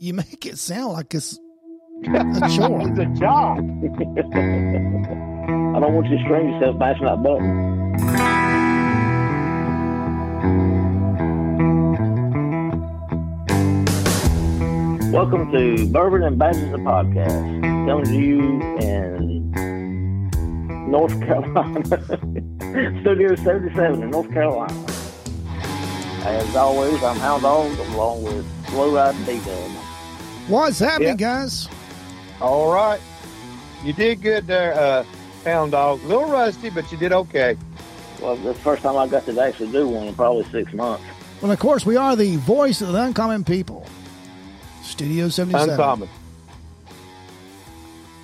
you make it sound like it's a chore. It's a job. I don't want you to strain yourself bashing that button. Welcome to Bourbon and Badges the podcast. Coming to you in North Carolina, Studio 77 in North Carolina. As always, I'm Hound Dog along with Lowride D-Dub. What's happening, Yep. guys? All right. You did good there, uh, Hound Dog. A little rusty, but you did okay. Well, this is the first time I got to actually do one in probably six months. Well, of course, we are the voice of the uncommon people. Studio 77. Uncommon.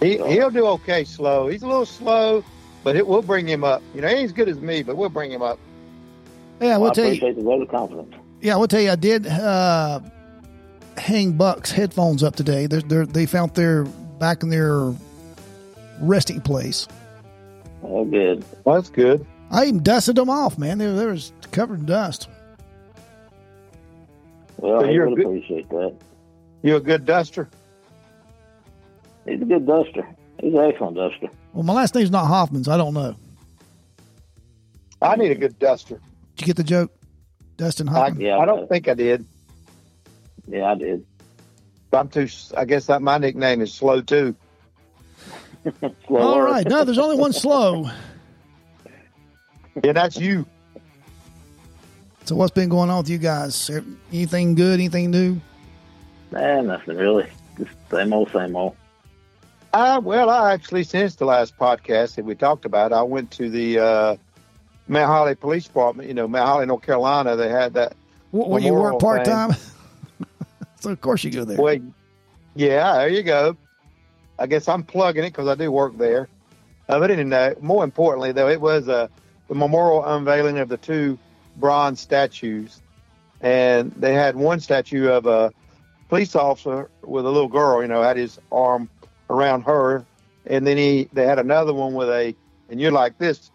He, he'll do okay slow. He's a little slow, but it will bring him up. You know, he ain't as good as me, but we'll bring him up. Yeah, we'll I tell you. appreciate the vote of confidence. Yeah, we'll tell you. I did uh, hang Buck's headphones up today. They're, they're, they found their back in their resting place. Oh, good. Well, that's good. I even dusted them off, man. They, they was covered in dust. Well, So he you're would good- appreciate that. You a good duster? He's a good duster. He's an excellent duster. Well, my last name's not Hoffman's. I don't know. I need a good duster. Did you get the joke, Dustin I, Hoffman? Yeah, I don't but- think I did. Yeah, I did. I'm too. s- I guess that my nickname is Slow too. Slow All work. right. No, there's only one slow. Yeah, that's you. So what's been going on with you guys? Er, Anything good? Anything new? Nah, nothing really. Just same old, same old. I, Uh, well, I actually, since the last podcast that we talked about, I went to the uh, Mount Holly Police Department. You know, Mount Holly, North Carolina. They had that. What, what you work Memorial part time? so of course you go there. Well, yeah, there you go. I guess I'm plugging it because I do work there. Uh, but anyway, more importantly, though, it was uh, the memorial unveiling of the two bronze statues, and they had one statue of a police officer with a little girl. You know, had his arm around her, and then he they had another one with a and you're like this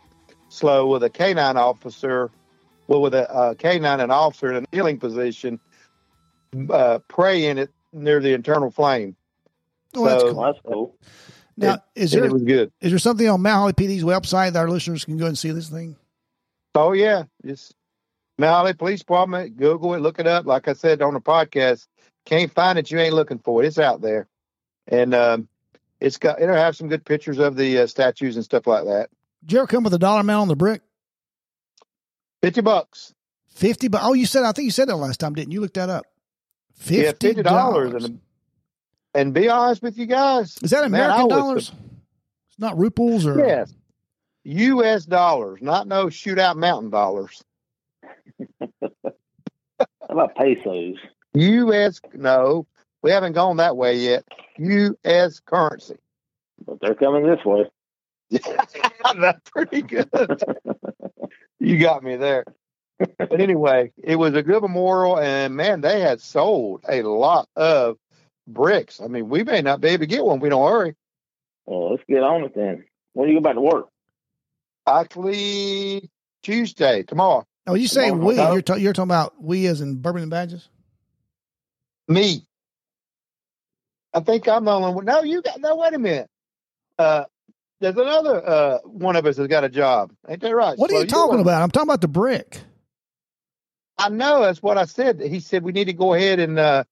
slow with a canine officer, well with a, uh canine and officer in a kneeling position, uh, praying it near the internal flame. oh, that's so- cool. Well, that's cool. Now, is And there it was good. is there something on Mount Holly PD's website that our listeners can go and see this thing? Oh yeah, it's Mallee Police Department. Google it, look it up. Like I said on the podcast, can't find it, you ain't looking for it. It's out there, and um, it's got it'll have some good pictures of the uh, statues and stuff like that. Did you ever come with a dollar amount on the brick? Fifty bucks, Fifty. But oh, you said I think you said that last time, didn't you? you looked that up. yeah, Fifty $50 and and be honest with you guys, Is that man, I American was- dollars? It's not rupees or Yes, U.S. dollars, not no shootout mountain dollars. How about pesos? U.S. No, we haven't gone that way yet. U.S. currency. But they're coming this way. That's pretty good. you got me there. But anyway, it was a good memorial, and man, they had sold a lot of bricks. I mean, we may not be able to get one if we don't hurry. Well, let's get on it then. When do you go back to work? Actually, Tuesday, tomorrow, Oh, you say Come on, we? no. You're ta- you're talking about we as in bourbon and badges? me. I think I'm the only one. No, you got. No, wait a minute. Uh, there's another uh, one of us has got a job. Ain't that right? What are Flo? you talking were- about? I'm talking about the brick. I know that's what I said. He said we need to go ahead and uh,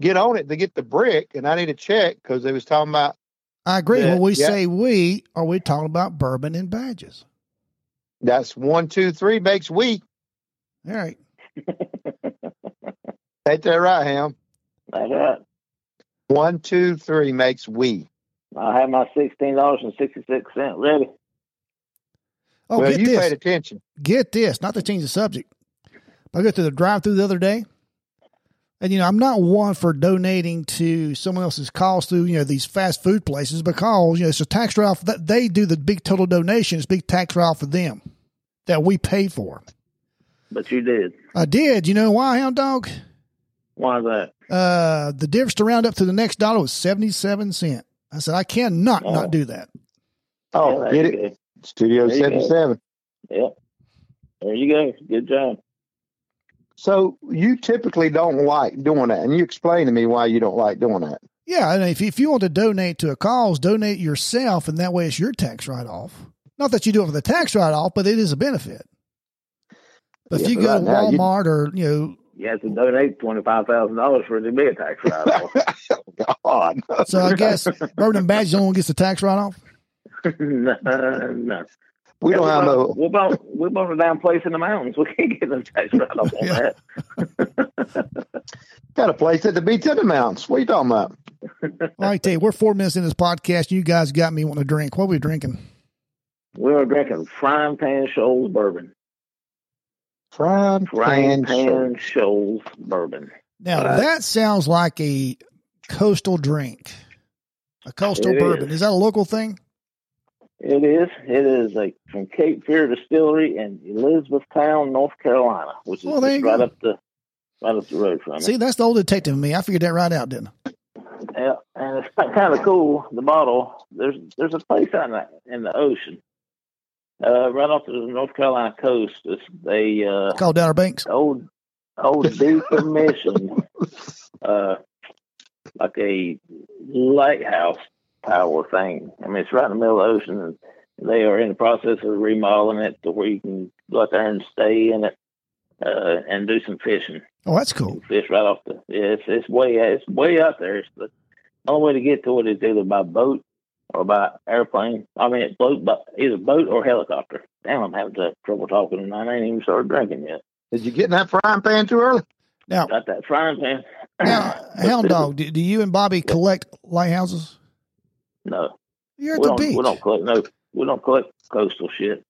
get on it to get the brick, and I need a check because they was talking about. I agree. Yeah, when we yeah. say we, are we talking about bourbon and badges? That's one, two, three makes week. All right. Ain't that right, Ham? That's right. One, two, three makes we. I have my $16.66 ready. Oh, well, get you this. paid attention. Get this. Not to change the subject. but I go through the drive-through the other day, and you know I'm not one for donating to someone else's cause through you know these fast food places because you know it's a tax write-off that they do the big total donation. It's a big tax write-off for them that we pay for. But you did. I did. You know why, hound dog? Why is that? Uh, the difference to round up to the next dollar was seventy-seven cent. I said I cannot Oh. not do that. Oh, Yeah, get there it. you Studio There you go. seventy seven. go. Yep. There you go. Good job. So you typically don't like doing that, and you explain to me why you don't like doing that. Yeah, and if if you want to donate to a cause, donate yourself, and that way it's your tax write off. Not that you do it for the tax write off, but it is a benefit. But if Yeah, you but go right to now you- Walmart or you know, You have to donate twenty five thousand dollars for it to be a tax write off. God, so I guess Bourbon and Badge the only one who gets the tax write off. no, no. we don't have no. We're about we're about a damn place in the mountains. We can't get no tax write off on Yeah. that. Got a place at the beach in the mountains. What are you talking about? Well, I tell you, we're four minutes in this podcast, and you guys got me wanting to drink. What are we drinking? We were drinking frying pan shoals bourbon. Frying Frying pan shrimp. pan shoals bourbon. Now Uh, that sounds like a coastal drink, a coastal It bourbon. Is. that a local thing? It is. It is like from Cape Fear Distillery in Elizabethtown, North Carolina, which is Well, there just you right go. up the right up the road from it. See, that's the old detective in me. I figured that right out, didn't I? Yeah, and it's kind of cool. The bottle there's there's a place out in the, in the ocean, uh, right off the North Carolina coast. It's a uh, Called Downer Banks. old old decommissioned uh like a lighthouse tower thing. I mean it's right in the middle of the ocean and they are in the process of remodeling it to where you can go out there and stay in it uh and do some fishing. Oh, that's cool. Fish right off the yeah, it's it's way it's way out there. It's the only way to get to it is either by boat or by airplane. I mean it's boat by either boat or helicopter. Damn I'm having trouble talking and I ain't even started drinking yet. Did you get in that frying pan too early? Now, Got that frying pan. now, Hound Dog, do, do you and Bobby collect lighthouses? No. You're We at the don't, we beach. don't collect no we don't collect coastal shit.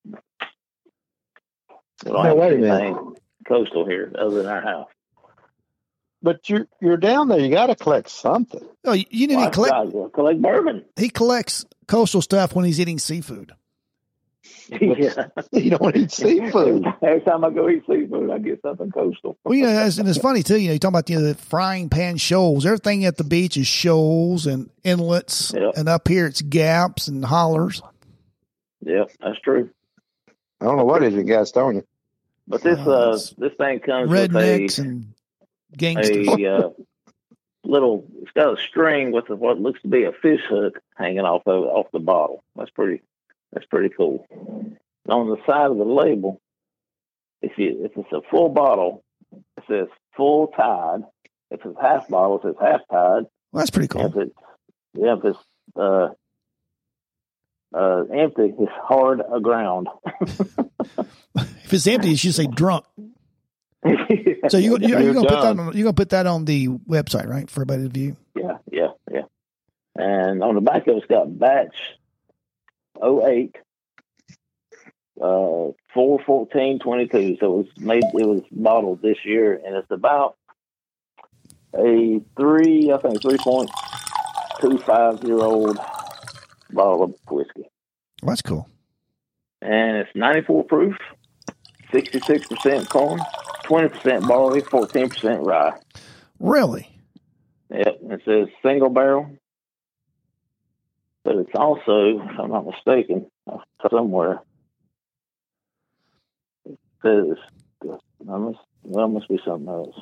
We don't No, have wait a minute. anything coastal here other than our house. But you're you're down there. You got to collect something. No, Oh, you, you didn't Well, even collect. I collect, collect bourbon. He collects coastal stuff when he's eating seafood. yeah. You don't eat seafood. Every time I go eat seafood I get something coastal. Well, you know, that's, and it's funny too. You know, you talking about you know, the frying pan shoals. Everything at the beach is shoals and inlets, Yeah. and up here it's gaps and hollers. Yeah, that's true. I don't know what it is you guys don't you. But this Uh, uh this thing comes rednecks with and gangsters. a, a uh, little it's got a string with what looks to be a fish hook hanging off of, off the bottle. That's pretty That's pretty cool. And on the side of the label, if you if it's a full bottle, it says full tide. If it's half bottle, it says half tide. Well, that's pretty And if cool. it's yeah, if it's uh uh empty, it's hard aground. If it's empty, you should say drunk. So you, you, you're You're gonna put that done. on, you're gonna put that on the website, right, for everybody to view. Yeah, yeah, yeah. And on the back of it's got batch 08 uh 41422. So it was made it was bottled this year and it's about a three I think three point two five year old bottle of whiskey. Well, that's cool. And it's ninety four proof, sixty six percent corn, twenty percent barley, fourteen percent rye. Really? Yep, it says single barrel. But it's also, if I'm not mistaken, somewhere. It says, I must, well, it must be something else.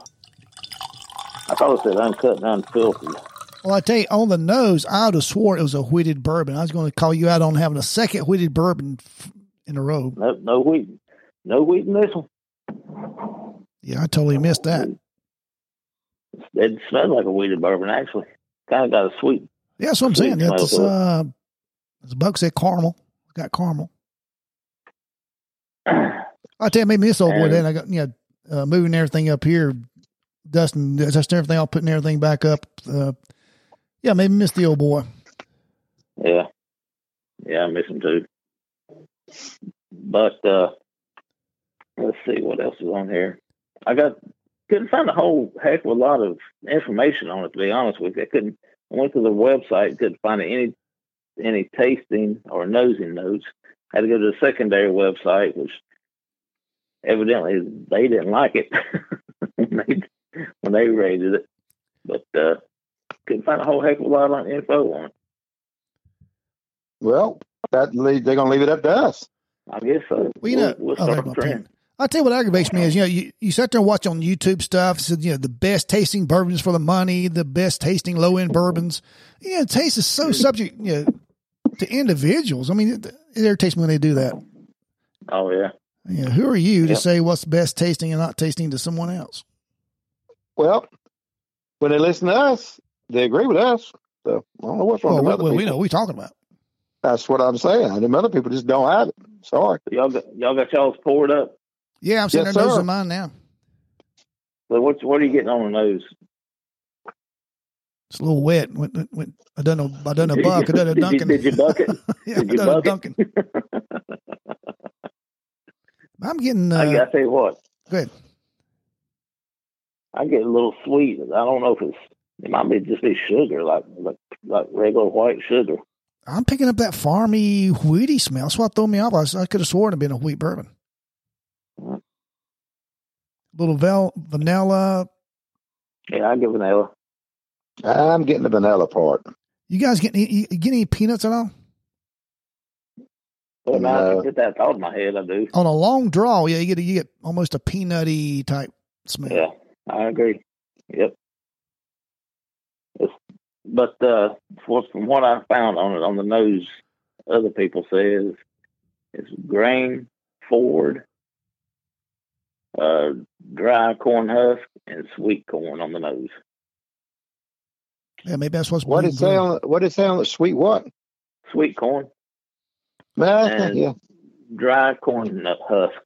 I thought it said uncut and unfiltered. Well, I tell you, on the nose, I would have swore it was a wheated bourbon. I was going to call you out on having a second wheated bourbon f- in a row. No, no wheat. No wheat in this one. Yeah, I totally missed that. It smells like a wheated bourbon, actually. Kind of got a sweet. Yeah, that's what I'm saying. Sweet It's smells uh, as Buck said, caramel. It's got caramel. I tell you, maybe this old boy And- then I got you know uh, moving everything up here, dusting, dusting everything off, putting everything back up. Uh, yeah, maybe miss the old boy. Yeah. Yeah, I miss him too. But uh let's see what else is on here. I got couldn't find a whole heck of a lot of information on it to be honest with you. I couldn't I went to the website, couldn't find any any tasting or nosing notes. had to go to the secondary website, which evidently they didn't like it when they when they rated it. But uh couldn't find a whole heck of a lot of info on it. Well, that lead, they're gonna leave it up to us. I guess so. Well, you know, we'll, we'll oh, there's start my drinking. pen. I tell you what aggravates me is you know you, you sit there and watch on YouTube stuff. It says you know the best tasting bourbons for the money, the best tasting low end bourbons. You know, taste is so subject you know to individuals. I mean, it, it irritates me when they do that. Oh yeah. You know, who are you to Yep. say what's best tasting and not tasting to someone else? Well, when they listen to us, they agree with us. So I don't know what's wrong Well, with we, other well, we people. know what we're talking about. That's what I'm saying. And them other people just don't have it. Sorry. Y'all got y'all got y'all's poured up. Yeah, I'm sitting Yes, there sir. nosing mine now. But what what are you getting on the nose? It's a little wet. Went, went, went, I done a, I done a buck. I done a Did you- Duncan. did you buck it? yeah, Did you I done a buck it? Duncan. I'm getting. Uh, I, I tell you what. Go ahead. I get a little sweet. I don't know if it's it might be just be sugar, like like like regular white sugar. I'm picking up that farmy, wheaty smell. That's what threw me off. I, was- I could have sworn it'd been a wheat bourbon. Mm. Little vel- vanilla. Yeah, I give vanilla. I'm getting the vanilla part. You guys getting you, you getting any peanuts at all? But now I No. can get that thought in my head. I do. On a long draw, yeah, you get a, you get almost a peanutty type smell. Yeah, I agree. Yep. It's, but uh, for, from what I found on it on the nose, other people say is it's grain forward, uh, dry corn husk, and sweet corn on the nose. Yeah, maybe that's what's What bleeding it say through. on what it say on the sweet what? Sweet corn, Man, yeah. dry corn nut husk,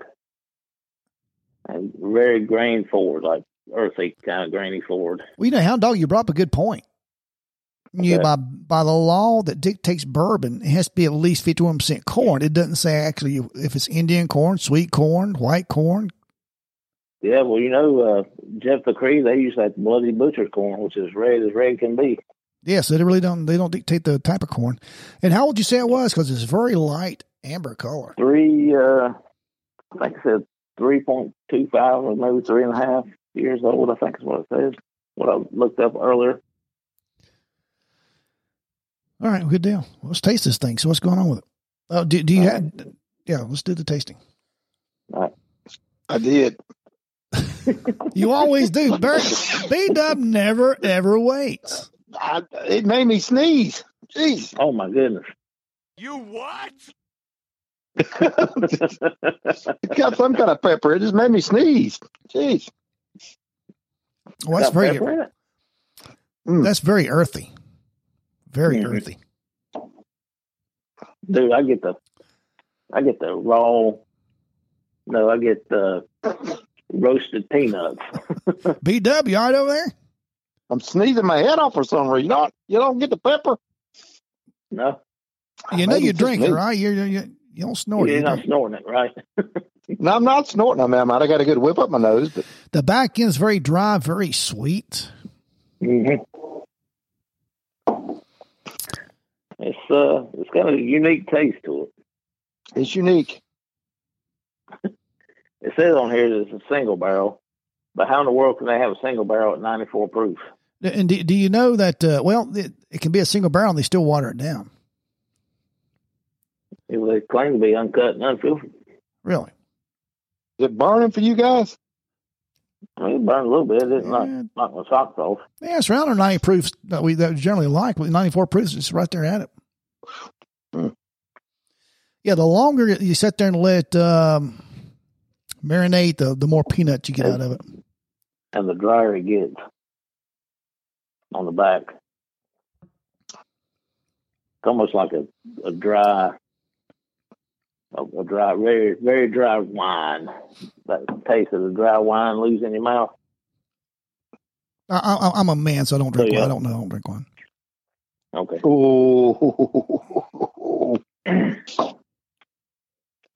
and very grain forward, like earthy kind of grainy forward. Well, you know, Hound Dog, you brought up a good point. You Okay. by by the law that dictates bourbon, it has to be at least fifty one percent corn. It doesn't say actually if it's Indian corn, sweet corn, white corn. Yeah, well, you know, uh, Jeff McCree, they use that bloody butcher corn, which is red as red can be. Yeah, so they really don't they don't dictate the type of corn. And how would you say it was? Because it's very light amber color. Three, uh, I think it said 3.25 or maybe three and a half years old, I think is what it says, what I looked up earlier. All right, good deal. Well, let's taste this thing. So what's going on with it? Oh, do, do you All have? Yeah, let's do the tasting. I did. You always do. Barry, B Dub never ever waits. I, it made me sneeze. Jeez. Oh, my goodness. You what? It's got some kind of pepper. It just made me sneeze. Jeez. Well, that's Got very pepper in it? that's very earthy, very Mhm. earthy. Dude, I get the, I get the raw, no, I get the roasted peanuts. BW, all right over there? I'm sneezing my head off for some reason. You don't you don't get the pepper? No, You know Maybe you it's just drink it, me. right? You, you, you, you don't snort you're it. not snorting it, right? No, I'm not snorting. I mean, I might have got a good whip up my nose, but The back end's very dry, very sweet. Mm-hmm. It's uh, it's got a unique taste to it. it's unique. It says on here that it's a single barrel, but how in the world can they have a single barrel at 94 proof? And do, do you know that, uh, well, it, it can be a single barrel and they still water it down. It would claim to be uncut and unfiltered. Really? Is it burning for you guys? I mean, it burned a little bit. It didn't knock, Yeah, knock my socks off. yeah, it's around our 90 proofs that we that we generally like. With 94 proofs, it's right there at it. Hmm. Yeah, the longer you sit there and let um, marinate, the, the more peanuts you get out of it. And the drier it gets on the back, it's almost like a, a dry, a, a dry, very, very dry wine. That taste of the dry wine leaves in your mouth. I, I, I'm a man, so I don't drink Oh, yeah. wine. I don't know. I don't drink wine. Okay. Oh,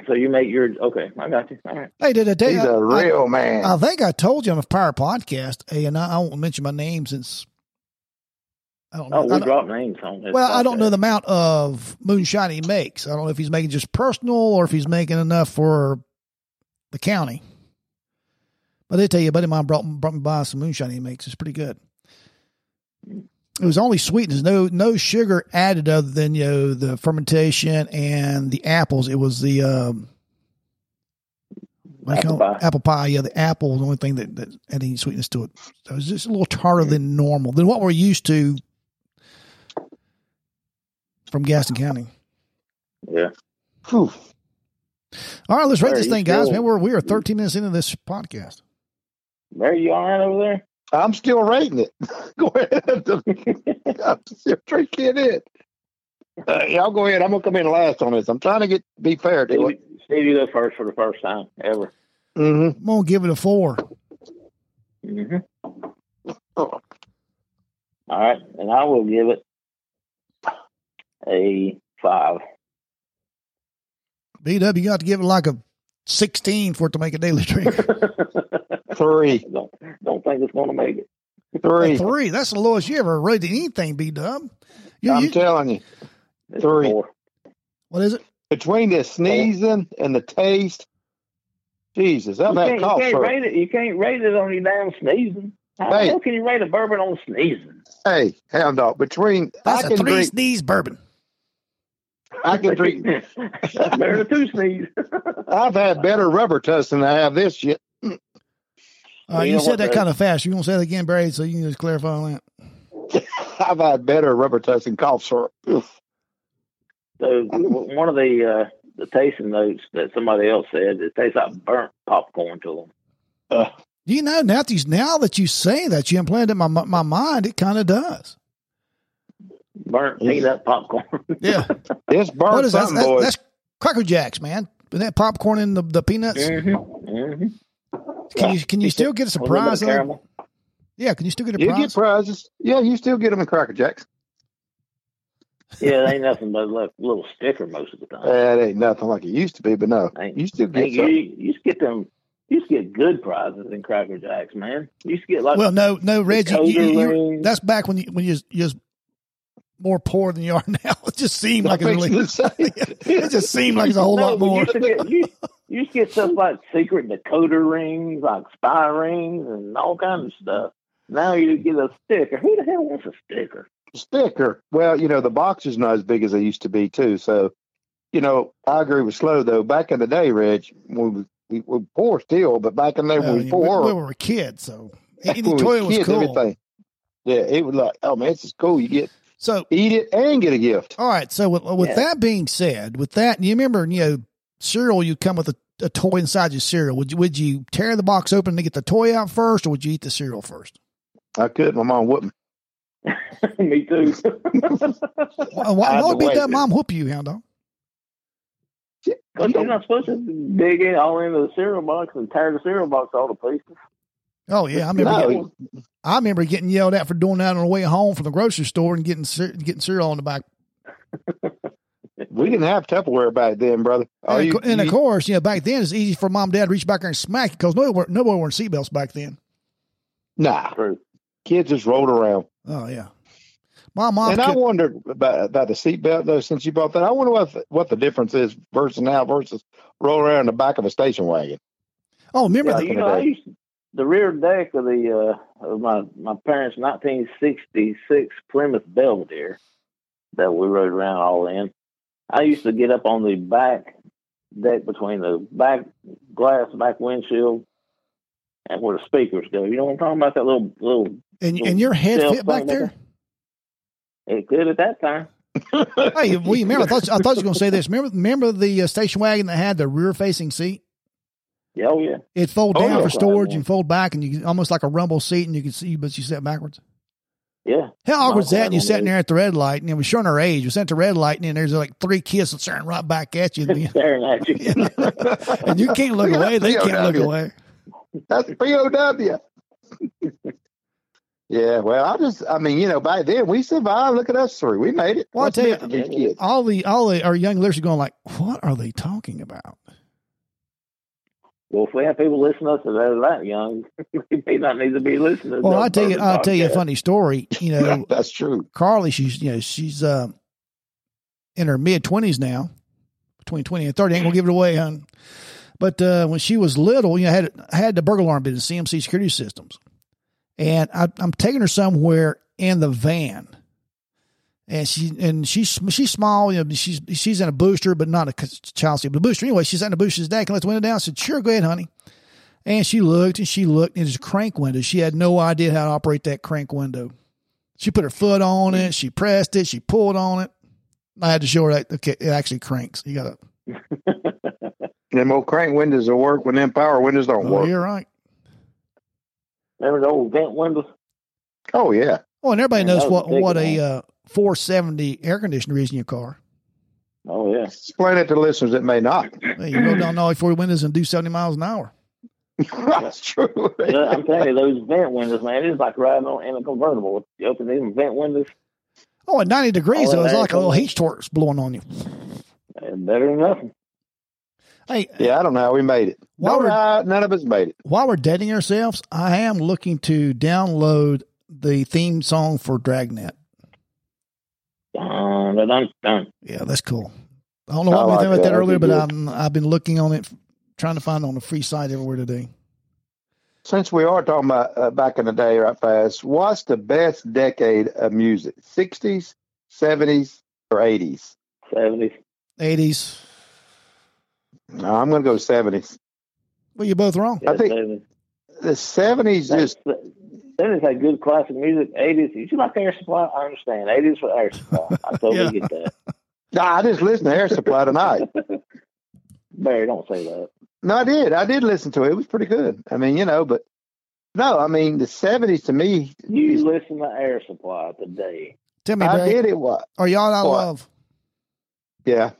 So you make your, okay, I got you. All right. Hey, did I tell you? he's a I- real man. I think I told you on a prior podcast, eh, and I, I won't mention my name since I don't know. Oh, I we don't- dropped names on this. well, I don't know podcast. the amount of moonshine he makes. I don't know if he's making just personal or if he's making enough for the county. But they tell you, a buddy of mine brought, brought me by some moonshine he makes. It's pretty good. It was only sweetened. There's no no sugar added other than you know the fermentation and the apples. It was the um, they Apple call it pie. apple pie. Yeah, the apple was the only thing that, that had any sweetness to it. So it was just a little tartar than normal, than what we're used to from Gaston County. Yeah. Phew. All right, let's rate There this you thing, guys. go. Man, we're we are 13 minutes into this podcast. Mary, you all right over there? I'm still rating it. go ahead. I'm still drinking it. Uh, y'all go ahead. I'm gonna come in last on this. I'm trying to get be fair to it. Steve, Steve, you go first for the first time ever. Mm-hmm. I'm gonna give it a four. Mm-hmm. All right, and I will give it a five. BW, you got to give it like a 16 for it to make a daily drink. Three, don't don't think it's going to make it. three. Three. That's the lowest you ever rated anything, B Dub. You, I'm you- telling you, It's Three. Four. what is it? between the sneezing and the taste, Jesus, You I'm can't, that you cough can't syrup. rate it. You can't rate it on your damn sneezing. How the Hey. hell can you rate a bourbon on sneezing? Hey, hound dog. Between That's I a can three drink. sneeze bourbon. I can drink. That's better than two sneeze. I've had better rubber tusks than I have this shit. Uh, You you know what, said that Barry? kind of fast. You're going to say it again, Barry, so you can just clarify on that. I've had better rubber tusks than cough syrup. Oof. So w- one of the uh, the tasting notes that somebody else said it tastes like burnt popcorn to them. Uh, You know, now that you, now that you say that, you implanted in my, my my mind, it kind of does. Burnt peanut popcorn. Yeah. it's burnt what is that? something, That's, boys. that's Cracker Jacks, man. With that popcorn and the, the peanuts, mm-hmm. Mm-hmm. can you can you still get a surprise? out of- Yeah, can you still get a you prize? get prizes. Yeah, you still get them in Cracker Jacks. Yeah, it ain't nothing but a little- little sticker most of the time. That ain't nothing like it used to be, but no, Ain't- you still Man, get you, something. you used to get them. You used to get good prizes in Cracker Jacks, man. You used to get like well, no, no, Reggie. You, you, Coder you- rings. that's back when you when you you're more poor than you are now. It just seemed like it's I'm really, fixing to say. it just seemed like it's a whole No, lot but more. You used, to get, you, you used to get stuff like secret decoder rings, like spy rings, and all kinds of stuff. Now you get a sticker. Who the hell wants a sticker? sticker. Well, you know, the box is not as big as they used to be, too. So, you know, I agree with Slow, though. Back in the day, Reg, when we, we were poor still, but back in the day Uh, when we we, were poor, we were a kid, so any when we toy was kids, cool. everything. Yeah, it was like, oh man, this is cool. You get So eat it and get a gift. All right. So with, with Yeah. that being said, with that, you remember, you know, cereal, you come with a, a toy inside your cereal. Would you, would you tear the box open to get the toy out first or would you eat the cereal first? I could. My mom wouldn't. Me too. Why, why, Either why would way. that mom whoop you, hound dog? Because you're not supposed to dig it all into the cereal box and tear the cereal box all to pieces. Oh yeah, I remember. No. Getting, I remember getting yelled at for doing that on the way home from the grocery store and getting cer- getting cereal on the back. We didn't have Tupperware back then, brother. and, Are Oh, you, of cou- and of you- course, you know, back then it's easy for mom and dad to reach back there and smack you because nobody wore, nobody wore seatbelts back then. nah, True. kids just rolled around. Oh yeah, my mom. and I could- wondered about, about the seatbelt, though, since you brought that. I wonder what the, what the difference is versus now versus roll around in the back of a station wagon. oh, remember Yeah, that? I you know, I used to- the rear deck of the uh, of my my parents' 1966 Plymouth Belvedere that we rode around all in. I used to get up on the back deck between the back glass, back windshield, and where the speakers go. You know what I'm talking about? That little little. And, and your head Cell fit back phone, there. nigga. It could at that time. Hey, well, you remember? I thought I thought you were going to say this. Remember, remember the uh, station wagon that had the rear-facing seat? Yeah, oh yeah. It fold Oh, down yeah. for storage and fold back, and you can- almost like a rumble seat, and you can see, but you sat backwards. Yeah. How awkward was Oh, that? And you yeah. sitting there at the red light, and it was showing our age. We sat at the red light, and then there's like three kids staring right back at you, and, Staring at you. and you can't look Look at away. They that can't look POW. away. That's POW. yeah, well, I just, I mean, you know, back then we survived. Look at us three. We made it. Well, I What's tell you- meant to be kids? All the all the, our young listeners are going like, "What are they talking about?" well, if we have people listening to us that are that young, they may not need to be listening. to Well, no I tell you, bourbon I will tell you a podcast. funny story. You know, That's true. Carly, she's you know she's uh, in her mid twenties now, between twenty and thirty. Ain't gonna give it away, hon. But uh, when she was little, you know, had had the burglar alarm business, CMC Security Systems, and I, I'm taking her somewhere in the van, and she and she's she's small. You know, she's she's in a booster, but not a c- child seat, but a booster anyway. She's sat in the booster. She said, Dad, can I let the window down? I said, Sure, go ahead, honey. And she looked and she looked, and it was a crank window. She had no idea how to operate that crank window. She put her foot on Mm-hmm. it. She pressed it. She pulled on it. I had to show her that okay, it actually cranks. You got to. Them old crank windows will work when them power windows don't Oh, work. you're right. Remember the old vent windows? Oh yeah. Well, and everybody Yeah, knows that was what a big what a one. uh, 470 air conditioner is in your car. Oh yeah. Explain it to listeners that may not. Hey, you go down all four windows and do 70 miles an hour. That's true. Yeah, I'm telling you, those vent windows, man, it's like riding on in a convertible. You open these vent windows, Oh, at 90 degrees, Oh, though, it's that- like a little heat torch blowing on you. and better than nothing. Hey, yeah, I don't know how we made it. Why No, would- no, none of us made it. while we're dating ourselves, I am looking to download the theme song for Dragnet. Dun, dun, dun, dun. Yeah, that's cool. I don't know I what we like thought about that. that That'd be earlier, but good. I'm, I've been looking on it, trying to find it on a free site everywhere today. Since we are talking about uh, back in the day, right fast, what's the best decade of music? 60s, 70s, or 80s? 70s. 80s. No, I'm going to go 70s. Well, you're both wrong. I think- 70s. The 70s just, Seventies had good classic music. Eighties, you like Air Supply? I understand. Eighties for Air Supply. I totally get that. nah, I just listened to Air Supply tonight. Barry, don't say that. No, I did. I did listen to it. It was pretty good. I mean, you know, but no, I mean, the 70s to me, You listen to Air Supply today. Tell me, I Barry, did it. What? are y'all out of What? love? Yeah.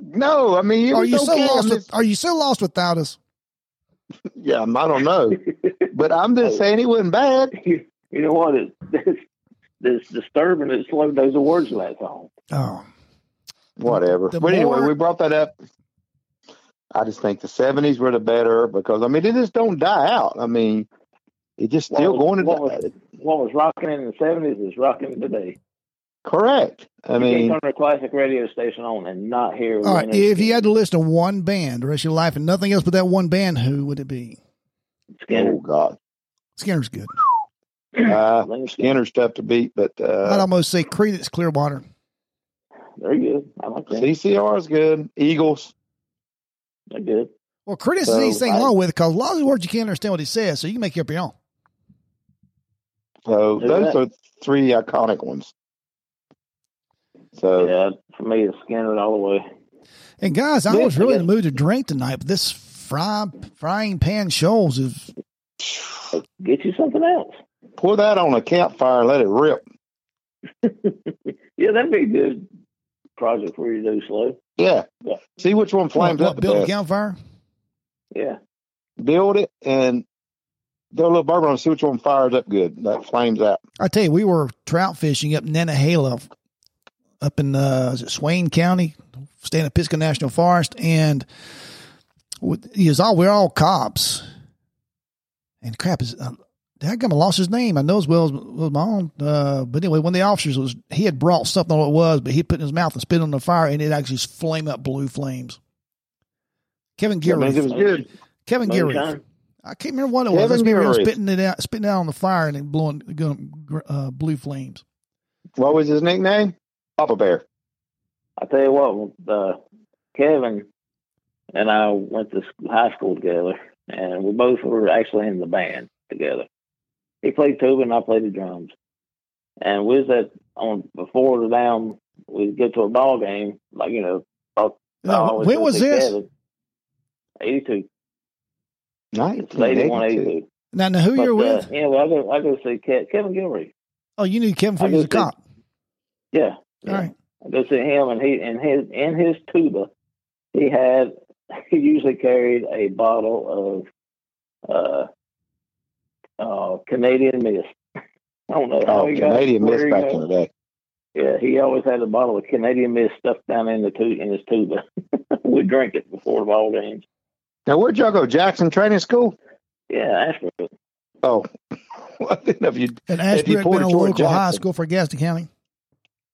No, I mean, it Are was you so okay. I'm lost? just- With, uh, are you so lost without us? yeah, I don't know. But I'm just saying it wasn't bad. you know what? It, it's, it's disturbing. It slowed those awards last song. Oh, whatever. The but anyway, more- we brought that up. I just think the seventies were the better because I mean they just don't die out. I mean, it just still What going to was- what die. was- What was rocking in the seventies is rocking today. Correct. I you mean, can't turn a classic radio station on and not hear. all right. Leonard If you had to listen to one band the rest of your life and nothing else but that one band, who would it be? Skinner, oh god, Skinner's good. uh, Leonard Skinner, Skinner's tough to beat, but I'd uh, almost say Creedence Clearwater. they're good. I like them. CCR is good. Eagles. They're good. Well, Creedence So, is anything I- wrong with because a lot of the words you can't understand what he says, so you can make up your own. So Who's those that? are three iconic ones. So Yeah, for me, it's Skinner all the way. And guys, I Yeah, was really I in the mood to drink tonight, but this fry, frying pan shoals is Get you something else. pour that on a campfire and let it rip. Yeah, that'd be a good project for you to do slow. Yeah. Yeah. See which one what, flames what, up. the built a best. campfire. Yeah. build it and do a little bourbon and see which one fires up good. That flames out. I tell you, we were trout fishing up Nanahala, up in uh, is it Swain County, staying at Pisgah National Forest, and with, he was all we're all cops. And crap is, uh, I got lost his name. I know as well as, well as my own. Uh, but anyway, one of the officers was he had brought something. I don't know What it was, but he put it in his mouth and spit it on the fire, and it actually just flame up blue flames. Kevin That means it Geary. was good. Kevin Geary. Moonshine. I can't remember what it was. I Kevin just remember him Murray. spitting it out, spitting it out on the fire, and it blowing going, uh, blue flames. What was his nickname? Papa Bear. I tell you what, uh, Kevin and I went to sc- high school together, and we both were actually in the band together. He played tuba and I played the drums. And we was at on before the down, we'd go to a ball game, like you know. I Now, always when go was see this? Kevin. 82. It's 81, 1982. 82. Now, now who But, you're uh, with? yeah, well, I go, I go see Ke- Kevin Gilroy. Oh, you knew Kevin I before he was a just think- cop. Yeah. All right. I go see him, and he in his in his tuba, he had he usually carried a bottle of uh, uh, Canadian Mist. I don't know Oh, he Canadian got, Mist where he back got- in the day. Yeah, he always had a bottle of Canadian Mist stuffed down in the tu- in his tuba. we drink it before the ball games. Now, where'd y'all go? Jackson Training School? Yeah, Ashford. Oh, I didn't know if you. And If you Ashbrook poured been a it toward local high Jackson. school for Gaston County.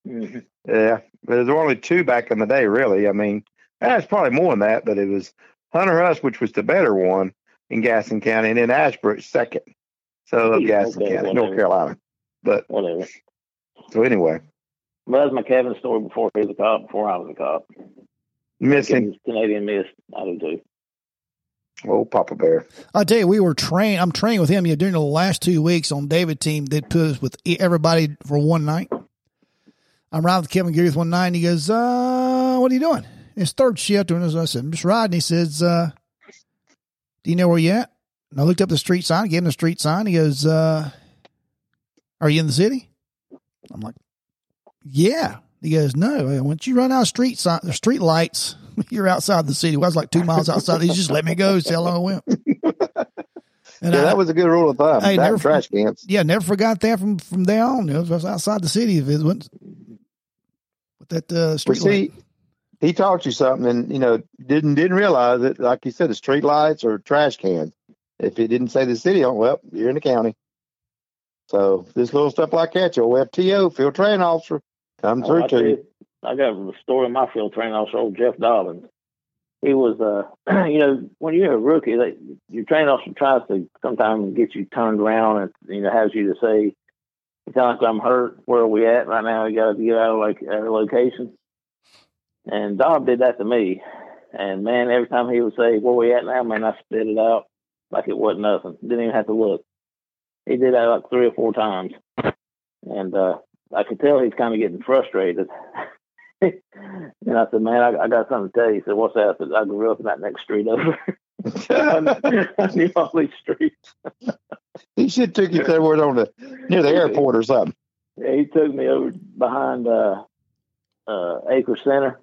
Mhm. Yeah, there were only two back in the day, really. I mean, that's probably more than that, but it was Hunter Huss, which was the better one in Gaston County, and then Ashbrook second. So, of Yeah, Gaston okay, County, whatever. North Carolina. But Whatever. so anyway, But that was my Kevin story before he was a cop, before I was a cop. Missing Canadian Mist, I do too. old Papa Bear. I tell you, we were trained. I'm training with him. You know, during the last two weeks on David team, they put us with e- everybody for one night. I'm riding with Kevin Gears one night, and he goes, "Uh, what are you doing?" It's third shift, and I said, "I'm just riding." He says, uh, "Do you know where you at?" And I looked up the street sign, gave him the street sign. He goes, uh, "Are you in the city?" I'm like, "Yeah." He goes, "No. Once you run out of street sign, the street lights, you're outside the city." Well, I was like two miles outside. He just let me go. See how long I went. And yeah, I, that was a good rule of thumb. Hey, that never- and trash cans. yeah, never forgot that from from there on. It was outside the city. If it went with that uh, Well, street see, he taught you something, and you know didn't didn't realize it. Like you said, the street lights or trash cans. If it didn't say the city on, well, you're in the county. So this little stuff like that, your FTO, field training officer, come Oh, through I, to tell you. you, I got a story of my field training officer, old Jeff Dobbins. He was, uh, you know, when you're a rookie, they, your training officer tries to sometimes get you turned around and, you know, has you to say, it's not like I'm hurt. Where are we at right now? We got to get out of like our location. And Dob did that to me. And man, every time he would say, where we at now, man, I spit it out like it wasn't nothing. Didn't even have to look. He did that like three or four times. And, uh, I could tell he's kind of getting frustrated. and I said, "Man, I, I got something to tell you." He said, "What's that?" I said, "I grew up in that next street over. I knew all these streets." he should took you somewhere on the near the airport or something. Yeah, he took me over behind uh, uh, Acre Center,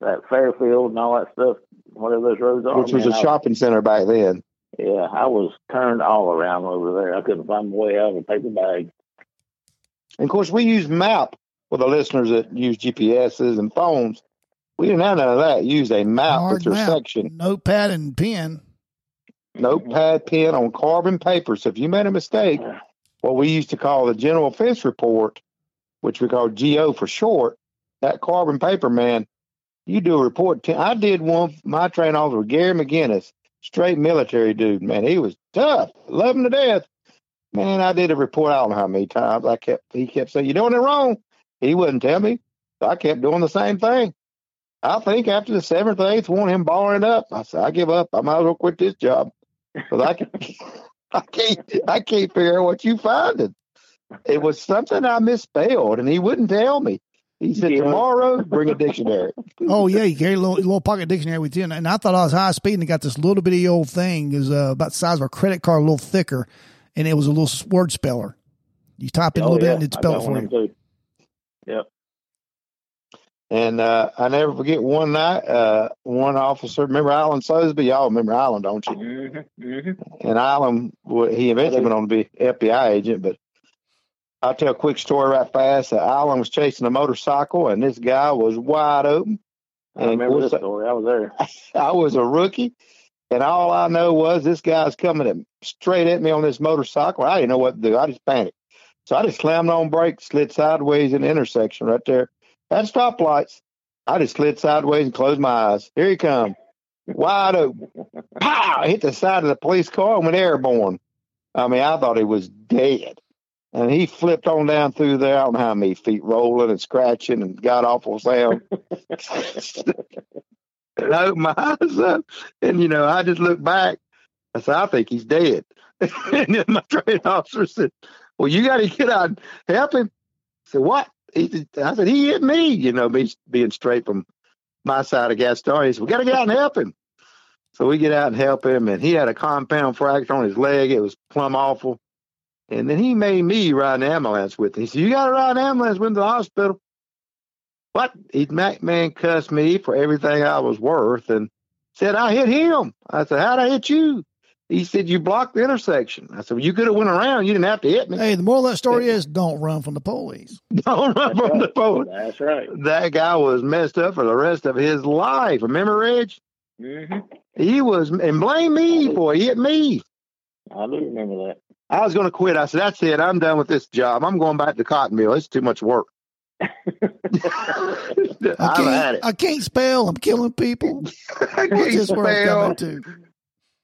that Fairfield, and all that stuff. Whatever those roads are, which was Oh, man, a I- shopping center back then. Yeah, I was turned all around over there. I couldn't find my way out of a paper bag. And of course, we used map for the listeners that use GPSs and phones. We didn't have none of that. Use a map Hard with your map. section, notepad and pen. notepad, pen on carbon paper. So if you made a mistake, what we used to call the general offense report, which we call GO for short, that carbon paper man, you do a report. To, I did one. My train officer Gary McGinnis, straight military dude, man, he was tough, love him to death. Man, I did a report. I don't know how many times I kept. He kept saying, "You're doing it wrong." He wouldn't tell me. So I kept doing the same thing. I think after the seventh, or eighth one, him balling it up, I said, "I give up. I might as well quit this job." Because I can, I can't, I can't figure out what you finding. It was something I misspelled, and he wouldn't tell me. He said, Yeah. "Tomorrow, bring a dictionary." Oh yeah, you carry a little, little pocket dictionary with you. And, and I thought I was high speed, and I got this little bitty old thing is uh, about the size of a credit card, a little thicker, and it was a little s- word speller. You type in a Oh, little yeah, bit, and it I spell got it for one you. of them, too. And uh, I never forget one night, uh, one officer. Remember Alan Sosby? Y'all remember Alan, don't you? Mhm, mhm. And Alan, wa- he eventually went on to be FBI agent. But I'll tell a quick story right fast. Uh, Alan was chasing a motorcycle, and this guy was wide open. I And of remember course, this story. I was there. I was a rookie, and all I know was this guy's coming at, straight at me on this motorcycle. I didn't know what to do. I just panicked. So I just slammed on brakes, slid sideways in the intersection right there. At stoplights, I just slid sideways and closed my eyes. Here he come. Wide open. Pow! I hit the side of the police car and went airborne. I mean, I thought he was dead. And he flipped on down through there. I don't know how many feet rolling and scratching and god awful sound. and I opened my eyes up, and you know, I just looked back. I said, I think he's dead. and then my train officer said, Well, you got to get out and help him. I said, What? He said, I said, He hit me, you know, me being straight from my side of Gaston. He said, We got to get out and help him. So we get out and help him, and he had a compound fracture on his leg. It was plumb awful. And then he made me ride an ambulance with him. He said, You got to ride an ambulance with him to the hospital. What? He, Mac Man cussed me for everything I was worth and said, I hit him. I said, How'd I hit you? He said, You blocked the intersection. I said, Well, you could have went around. You didn't have to hit me. Hey, the moral of that story is don't run from the police. Don't run from the phone. That's right. That guy was messed up for the rest of his life. Remember, Reg? hmm He was, and blame me for it. He hit me. I do remember that. I was going to quit. I said, "That's it. I'm done with this job. I'm going back to cotton mill. It's too much work." I I've had can't, it. I can't spell. I'm killing people. I What's can't this world spell. coming to?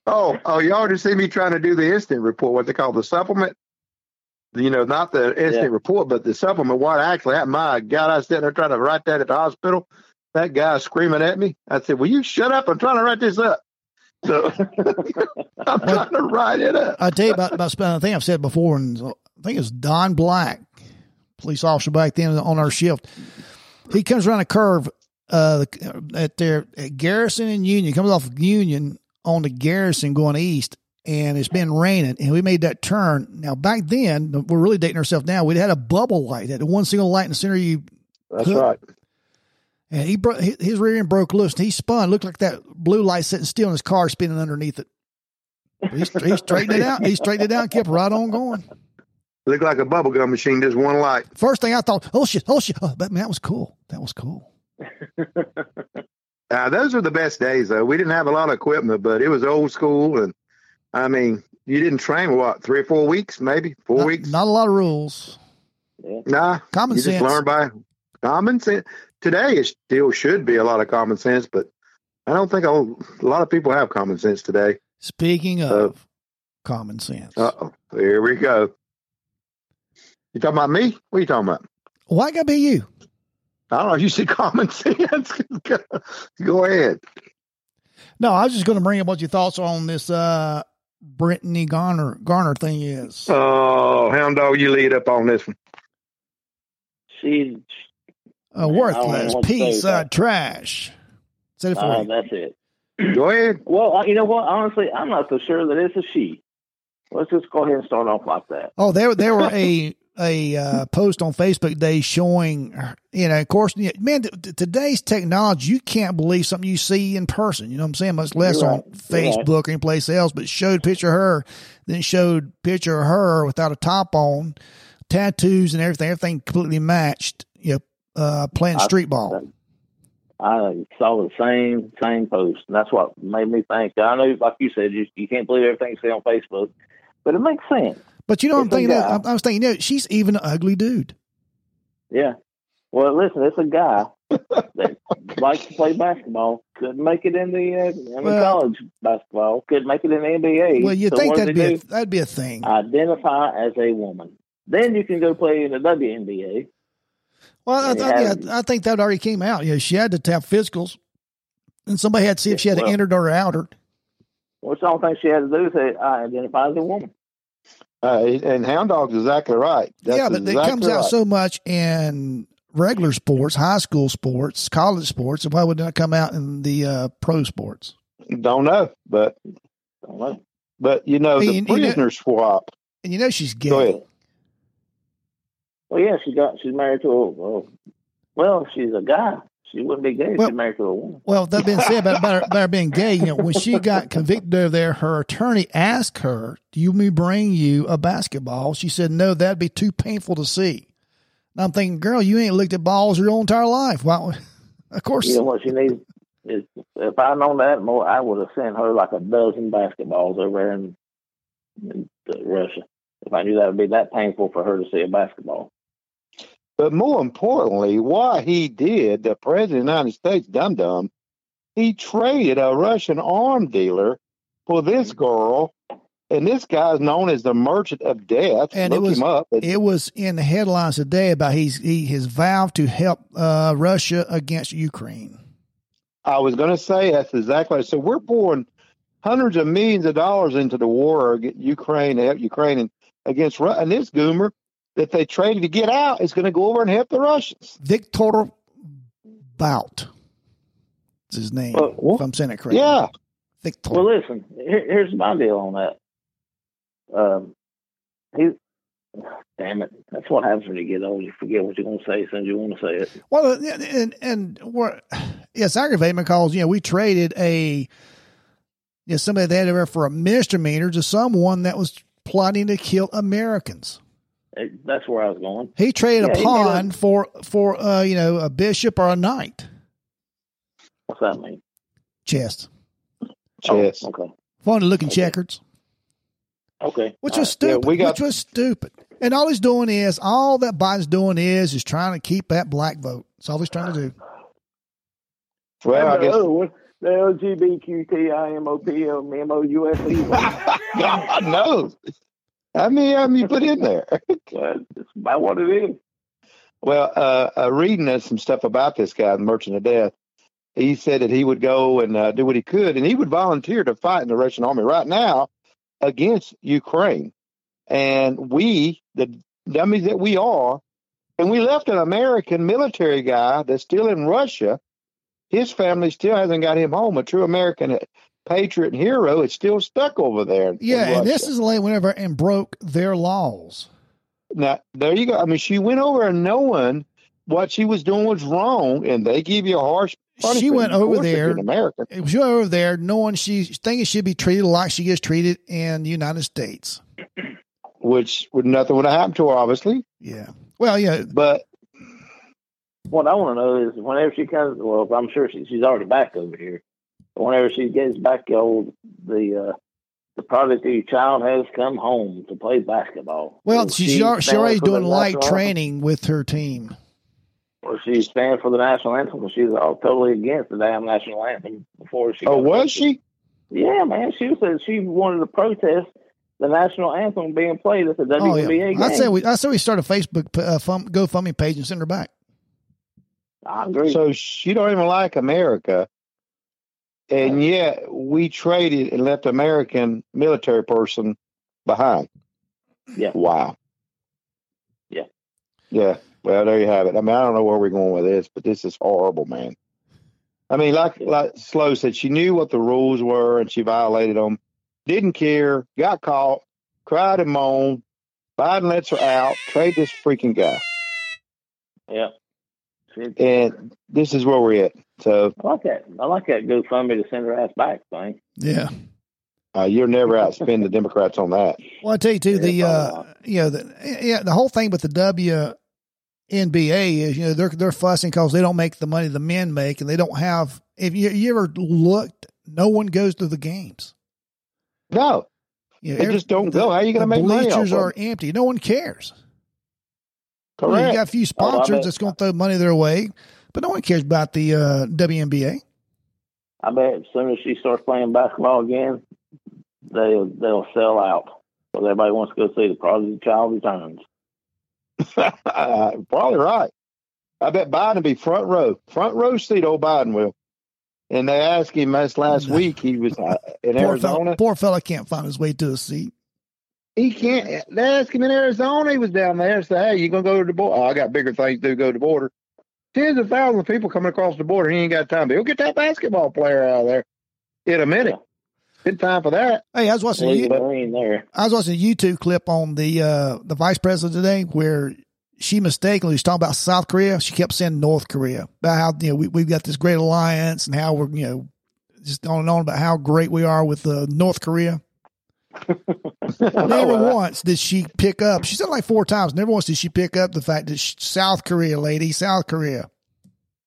Oh, oh, y'all just see me trying to do the instant report, what they call the supplement. you know, not the incident Yeah. report, but the supplement. What actually happened? My God, I was sitting there trying to write that at the hospital. That guy screaming at me. I said, "Will you shut up? I'm trying to write this up." So I'm trying to write it up. I tell you about about I think I've said before, and I think it's Don Black, police officer back then on our shift. He comes around a curve uh, at their at Garrison and Union. Comes off of Union on the Garrison going east, and it's been raining. And we made that turn. Now back then, we're really dating ourselves now. We had a bubble light, that one single light in the center of you That's right. and he broke his rear end broke loose, and he spun. Looked like that blue light sitting still in his car, spinning underneath it. But He, he straightened it out. He straightened it out. and Kept right on going. Looked like a bubblegum machine, just one light. First thing I thought, oh shit, oh shit, oh, but man, that was cool. That was cool. Uh, those were the best days, though. We didn't have a lot of equipment, but it was old school. And I mean, you didn't train what three or four weeks, maybe four Not, weeks. not a lot of rules. Nah, Common you sense. just learn by common sense. Today, it still should be a lot of common sense, but I don't think a, a lot of people have common sense today. Speaking of Uh, common sense, Uh oh, here we go. You talking about me? What are you talking about? why gotta be you? I don't know. You said common sense. go, go ahead. No, I was just going to bring up what your thoughts on this uh Brittany Garner Garner thing is. Oh, hound dog, you lead up on this one. She's, A Uh, worthless what to say piece about of trash. Said it for uh, you. that's it. Go ahead. Well, I- you know what? Honestly, I'm not so sure that it's a she. Let's just go ahead and start off like that. Oh, there there were a a uh, post on Facebook day showing you know, of course, yeah, man, th- th- today's technology you can't believe something you see in person. You know what I'm saying? Much less You're on right. You're right. Facebook or anyplace else. But it showed picture of her, then it showed picture of her without a top on, tattoos and everything. Everything completely matched. You know, uh, playing I- street ball. I saw the same same post, and that's what made me think. I know, like you said, you, you can't believe everything you see on Facebook, but it makes sense. But you know, what I'm it's a thinking. guy. Of, I, I was thinking, you know, she's even an ugly dude. Yeah. Well, listen, it's a guy that likes to play basketball. Couldn't make it in the uh, in the Well- college basketball. Couldn't make it in the NBA. Well, you so would think what that'd did be they a, do? that'd be a thing. identify as a woman. Then you can go play in the WNBA. Well, I, And it thought, yeah, hasn't. I think that already came out. You know, she had to have physicals, and somebody had to see if she had Well- entered or outed. What's the only thing she had to do is say, I identify as a woman. Uh, and hound dog's exactly right. That's yeah, but it exactly comes out right. so much in regular sports, high school sports, college sports. and Why would it not come out in the uh, pro sports? Don't know, but Don't know. but you know Hey, the you- you know- prisoner swap. And you know she's gay. Go ahead. Well, yeah, she got she's married to a well, well she's a guy. She wouldn't be gay. if Well- she's married to a woman. Well, that being said, about, about, her, about her being gay, you know, when she got convicted over there, her attorney asked her, "Do you want me to bring you a basketball?" She said, "No, that'd be too painful to see." And I'm thinking, girl, you ain't looked at balls your whole entire life. Why? Of course, You know what she needs? Is, if I'd known that more, I would have sent her like a dozen basketballs over there in, in Russia. If I knew that would be that painful for her to see a basketball. But more importantly, why he did the president of the United States, dum dum, he traded a Russian arm dealer for this Mm-hmm. girl, and this guy's known as the Merchant of Death. And Look it was- him up. It- It was in the headlines today about he's he, his vow to help uh, Russia against Ukraine. I was going to say that's exactly. So we're pouring hundreds of millions of dollars into the war against Ukraine to help Ukraine and against Russia. And this goomer that they traded to get out is going to go over and help the Russians. Victor Bout is his name. Well, if I'm saying it correctly. Yeah. Victor. Uh, Well, listen, here, here's my deal on that. Um, he, damn it, that's what happens when you get old. You forget what you're going to say as soon as you want to say it. Well, and and, and we're, it's aggravating because you know we traded a you know, somebody they had over for a misdemeanor to someone that was plotting to kill Americans. It- That's where I was going. He traded Yeah, a he pawn made for for uh, you know a bishop or a knight. What's that mean? Chest, Chess. Oh, okay. fun looking checkers. Okay. which All was stupid. we got- which was stupid. And all he's doing is all that Biden's doing is is trying to keep that black vote. That's all he's trying to do. Well, I guess. Oh, what- the E. LGBTQTIMOPMMOUSE. God knows. I mean, um, you put in there. Well, That's about what it is. Well, uh, uh, reading us some stuff about this guy, the Merchant of Death, he said that he would go and uh, do what he could, and he would volunteer to fight in the Russian army right now against Ukraine. And we, the dummies that we are, and we left an American military guy that's still in Russia. His family still hasn't got him home. A true American patriot and hero is still stuck over there. in- in Yeah, and this Russia. is late whenever and broke their laws. Now there you go. I mean, she went over and knowing what she was doing was wrong, and they give you a harsh. Punishment. She went Of over course, if you're there. an American. She went over there knowing she thinking she'd be treated like she gets treated in the United States. which would nothing would have happened to her, obviously. Yeah. Well, yeah, But What I want to know is whenever she comes, well, I'm sure she, she's already back over here. But whenever she gets back, the old the uh, the prodigy child has come home to play basketball. Well, Will she's she, al- she stand already for the doing light national anthem? training with her team. Will she stand for the national anthem? Because she's all totally against the damn national anthem before she. oh, got was elected. she? Yeah, man. She said she wanted to protest the national anthem being played at the Oh WNBA game. yeah, I say we I say we start a Facebook p- uh, fun, GoFundMe page and send her back. I agree. So she don't even like America, and yet we traded and left American military person behind. Yeah. Wow. Yeah. Yeah. Well, there you have it. I mean, I don't know where we're going with this, but this is horrible, man. I mean, like like Slow said, she knew what the rules were and she violated them. Didn't care. Got caught. Cried and moaned. Biden lets her out. Trade this freaking guy. yeah. She- And this is where we're at. So I like that. I like that GoFundMe to send her ass back thing. Yeah. Uh, you'll never outspend the Democrats on that. Well, I tell you too, the Yeah, uh, you know the yeah the whole thing with the WNBA is you know they're they're fussing because they don't make the money the men make and they don't have. If you, you ever looked, no one goes to the games. No, You know, they every- just don't go. How you the going to make money off bleachers them? are empty. No one cares. You know, Correct. You got a few Oh, I sponsors bet. that's going to throw money their way, but no one cares about the uh, WNBA. I bet as soon as she starts playing basketball again, they'll they'll sell out. Because everybody wants to go see the prodigy child returns. Probably right. I bet Biden be front row, front row seat. Old Biden will. And they asked him this last week. He was uh, Poor in fella, Arizona. poor fella can't find his way to a seat. He can't. They asked him in Arizona. He was down there. Say, hey, you gonna go to the border? Oh, I got bigger things to do. Go to the border. Tens of thousands of people coming across the border. He ain't got time. to He'll get that basketball player out of there in a minute. Been time for that. Hey, I was watching E a Leave you- Marine there. I was watching a YouTube clip on the uh, the vice president today where she mistakenly was talking about South Korea. She kept saying North Korea about how you know we, we've got this great alliance and how we're you know just on and on about how great we are with uh, North Korea. Never once did she pick up. She said it like four times. Never once did she pick up the fact that sh South Korea, lady, South Korea.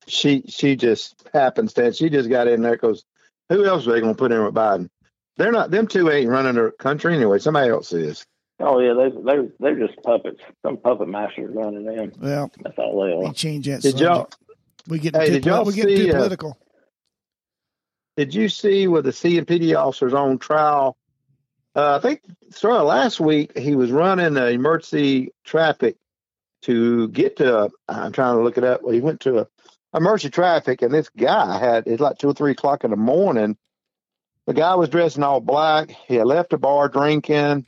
she she just happens to she just got in there because who else are they gonna put in with Biden? They're not them two ain't running the country anyway. Somebody else is. Oh yeah, they they they're just puppets. Some puppet master's running them. Well, That's all they we are. change that. Did y'all subject. We get Hey, too, did y'all we get too see, uh, political. did you see where the CMPD officer's on trial? Uh, I think sorry, last week he was running uh, emergency traffic to get to. I'm trying to look it up. Well, he went to a emergency traffic, and this guy had it's like two or three o'clock in the morning. The guy was dressed in all black. He had left the bar drinking,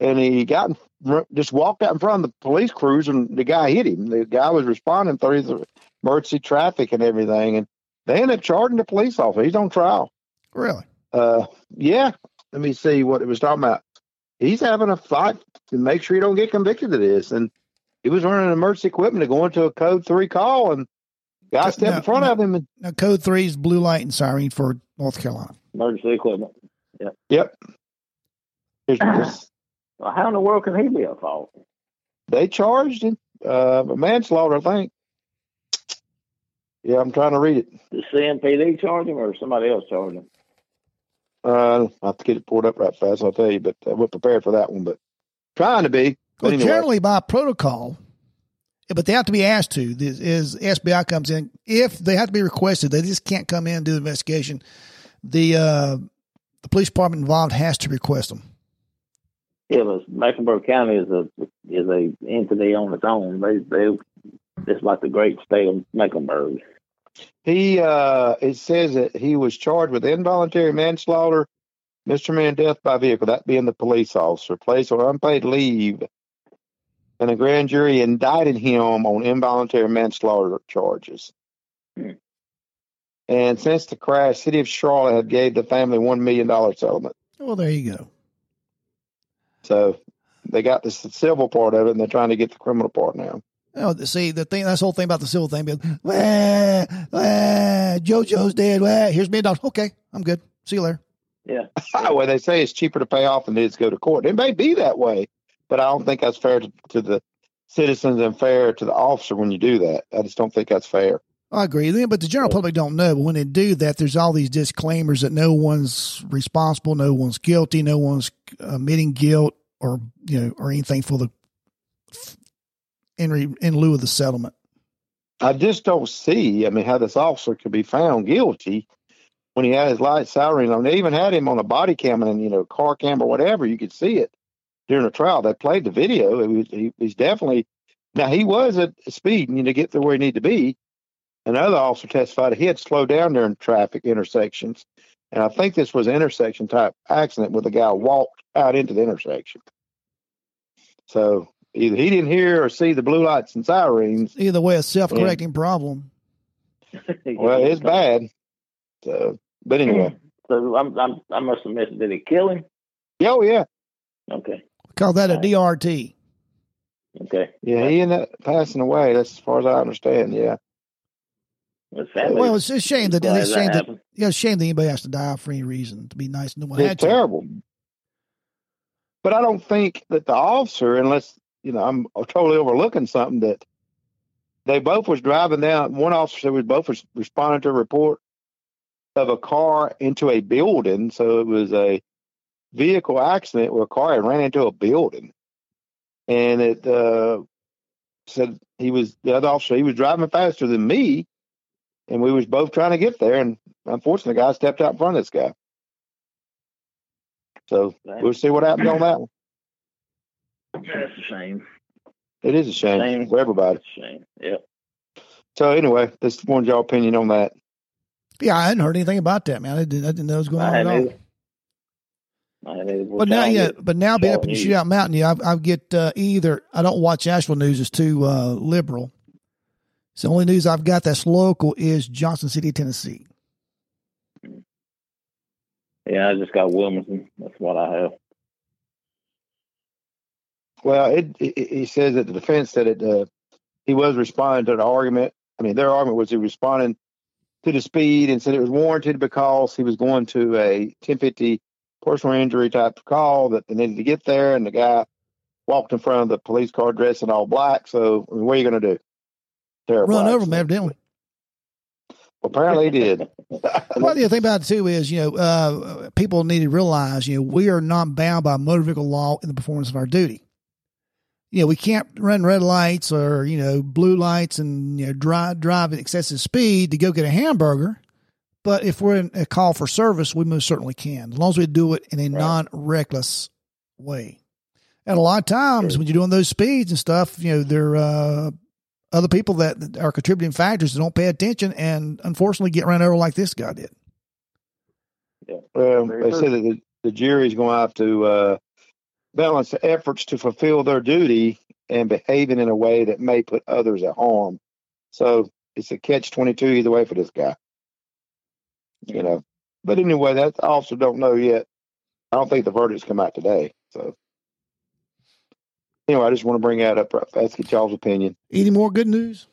and he got in, just walked out in front of the police cruiser, and the guy hit him. The guy was responding through the emergency traffic and everything, and they end up charging the police officer. He's on trial Really? uh, yeah, let me see what it was talking about. He's having a fight to make sure he don't get convicted of this, and he was running emergency equipment to go into a code three call, and guy No, stepped in front no. of him, and Now, code three is blue light and siren for North Carolina. Emergency equipment. yep, It's just- Well, how in the world can he be at fault? they charged him uh, manslaughter, I think. Yeah, I'm trying to read it. Did CMPD charge him or somebody else charge him? Uh, I have to get it pulled up right fast. I'll tell you, but I wasn't prepared for that one, but trying to be. But Well, anyway. generally by protocol, but they have to be asked to. This is SBI comes in if they have to be requested. They just can't come in and do the investigation. The uh, the police department involved has to request them. Yeah, but Mecklenburg County is a is a entity on its own. They they it's like the great state of Mecklenburg. He uh, it says that he was charged with involuntary manslaughter, misdemeanor and death by vehicle, that being the police officer, placed on unpaid leave, and a grand jury indicted him on involuntary manslaughter charges. Hmm. And since the crash, City of Charlotte had gave the family one million dollar settlement. Well, there you go. So they got the civil part of it, and they're trying to get the criminal part now. Oh, see the thing. That's the whole thing about the civil thing. Being, wah, wah, JoJo's dead. Wah, here's a million dollars. Okay, I'm good. See you later. Yeah, well, they say it's cheaper to pay off than it is to go to court. It may be that way, but I don't think that's fair to, to the citizens and fair to the officer when you do that. I just don't think that's fair. I agree. Then, but the general public don't know. But when they do that, there's all these disclaimers that no one's responsible, no one's guilty, no one's admitting guilt, or you know, or anything for the in re, in lieu of the settlement. I just don't see. I mean, how this officer could be found guilty when he had his lights siren on. They even had him on a body cam and you know car cam or whatever. You could see it during the trial. They played the video. It was, he, he's definitely now he was at speed you know, to get to where he needed to be. Another officer testified he had slowed down during traffic intersections, and I think this was an intersection type accident where the guy walked out into the intersection. So either he didn't hear or see the blue lights and sirens. Either way, a self correcting problem. Well, it's bad. So, but anyway, So I'm, I'm I must have missed. Did it kill him? yeah, oh yeah, Okay, Call that a Right. DRT. okay. yeah, he ended up passing away. That's as far as I understand. Yeah, The family- Well, it's a shame that glad it's a shame that happened. yeah, it's a shame that anybody has to die for any reason. To be nice, no one had it's to. terrible. But I don't think that the officer, unless you know, I'm totally overlooking something that they both was driving down. One officer said we both was responding to a report of a car into a building. So it was a vehicle accident where a car had ran into a building, and it uh, said he was the other officer. He was driving faster than me, and we was both trying to get there. And unfortunately, the guy stepped out in front of this guy. So we'll see what happens on that one. That's a shame. It is a shame Shame. for everybody. That's a shame. Yep. So anyway, this wanted your opinion on that. Yeah, I hadn't heard anything about that, man. I didn't, I didn't know what was going I on at hadn't all. either. I hadn't either. But now, yeah, but now being up in the News. Shootout Mountain, yeah, I, I get uh, either I don't watch Asheville news; it's too uh, liberal. It's the only news I've got that's local is Johnson City, Tennessee. Yeah, I just got Wilmington. That's what I have. Well, it, it, it- he says that the defense said it. Uh, he was responding to the argument. I mean, their argument was he responding to the speed and said it was warranted because he was going to a 1050 personal injury type call that they needed to get there, and the guy walked in front of the police car dressed in all black. So I mean, what are you going to do? Terrible. Run over accident. them, evidently. Apparently, he did. Well, the other thing about it too is, you know, uh, people need to realize, you know, we are not bound by motor vehicle law in the performance of our duty. You know, we can't run red lights or you know blue lights and you know drive drive at excessive speed to go get a hamburger. But if we're in a call for service, we most certainly can, as long as we do it in a non reckless way. And a lot of times Sure. when you're doing those speeds and stuff, you know, there are uh, other people that that are contributing factors that don't pay attention and unfortunately get run over like this guy did. Well, Very they true. said that the, the jury's going to have to uh, balance the efforts to fulfill their duty and behaving in a way that may put others at harm. So it's a catch twenty two either way for this guy. You know, but anyway, that officer don't know yet. I don't think the verdict's come out today. So anyway, I just want to bring that up right fast, get y'all's opinion. Any more good news?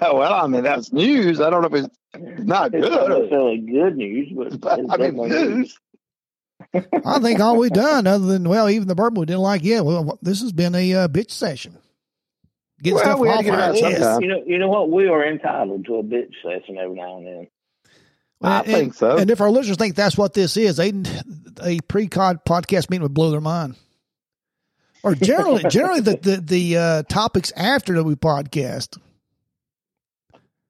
well, I mean that's news. I don't know if it's not It's not good, necessarily good news, but it's but I mean definitely news. I think all we've done, other than well, even the bourbon we didn't like. Yeah, well, this has been a uh, bitch session. Getting Well, stuff we had off to get it our out chest. sometime. You know, you know what? We are entitled to a bitch session every now and then. I And- think so. And if our listeners think that's what this is, they a pre-cod podcast meeting would blow their mind. Or generally, generally the the, the uh, topics after that we podcast.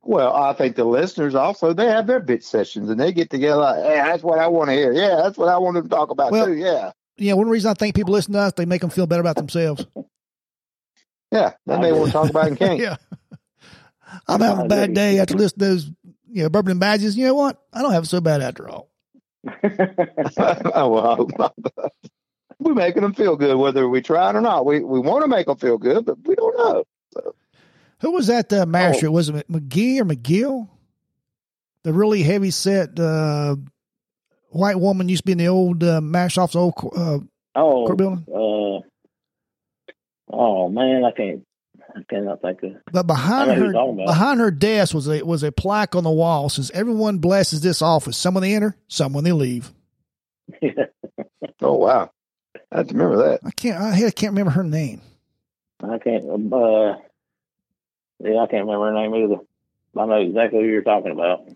Well, I think the listeners also they have their bitch sessions and they get together. Like, hey, that's what I want to hear. Yeah, that's what I want to talk about Well- too. Yeah, Yeah, one reason I think people listen to us, they make them feel better about themselves. yeah. Then they want to talk about it and can't. yeah. I'm having a bad day after listening to those, you know, bourbon and badges. You know what? I don't have it so bad after all. oh, well, I hope not. We're making them feel good, whether we try it or not. We we want to make them feel good, but we don't know. Who was that uh, master? Oh. Was it McGee or McGill? The really heavy set uh, white woman used to be in the old uh, Mashroff's old co- uh, oh, court building, uh, oh man, I can't. I cannot think of. but I behind know who you're her talking about. behind her desk was a was a plaque on the wall says everyone blesses this office. Some when they enter, some when they leave. Oh wow, I have to remember that. I can't I, I can't remember her name. I can't. Uh, yeah, I can't remember her name either. I know exactly who you're talking about.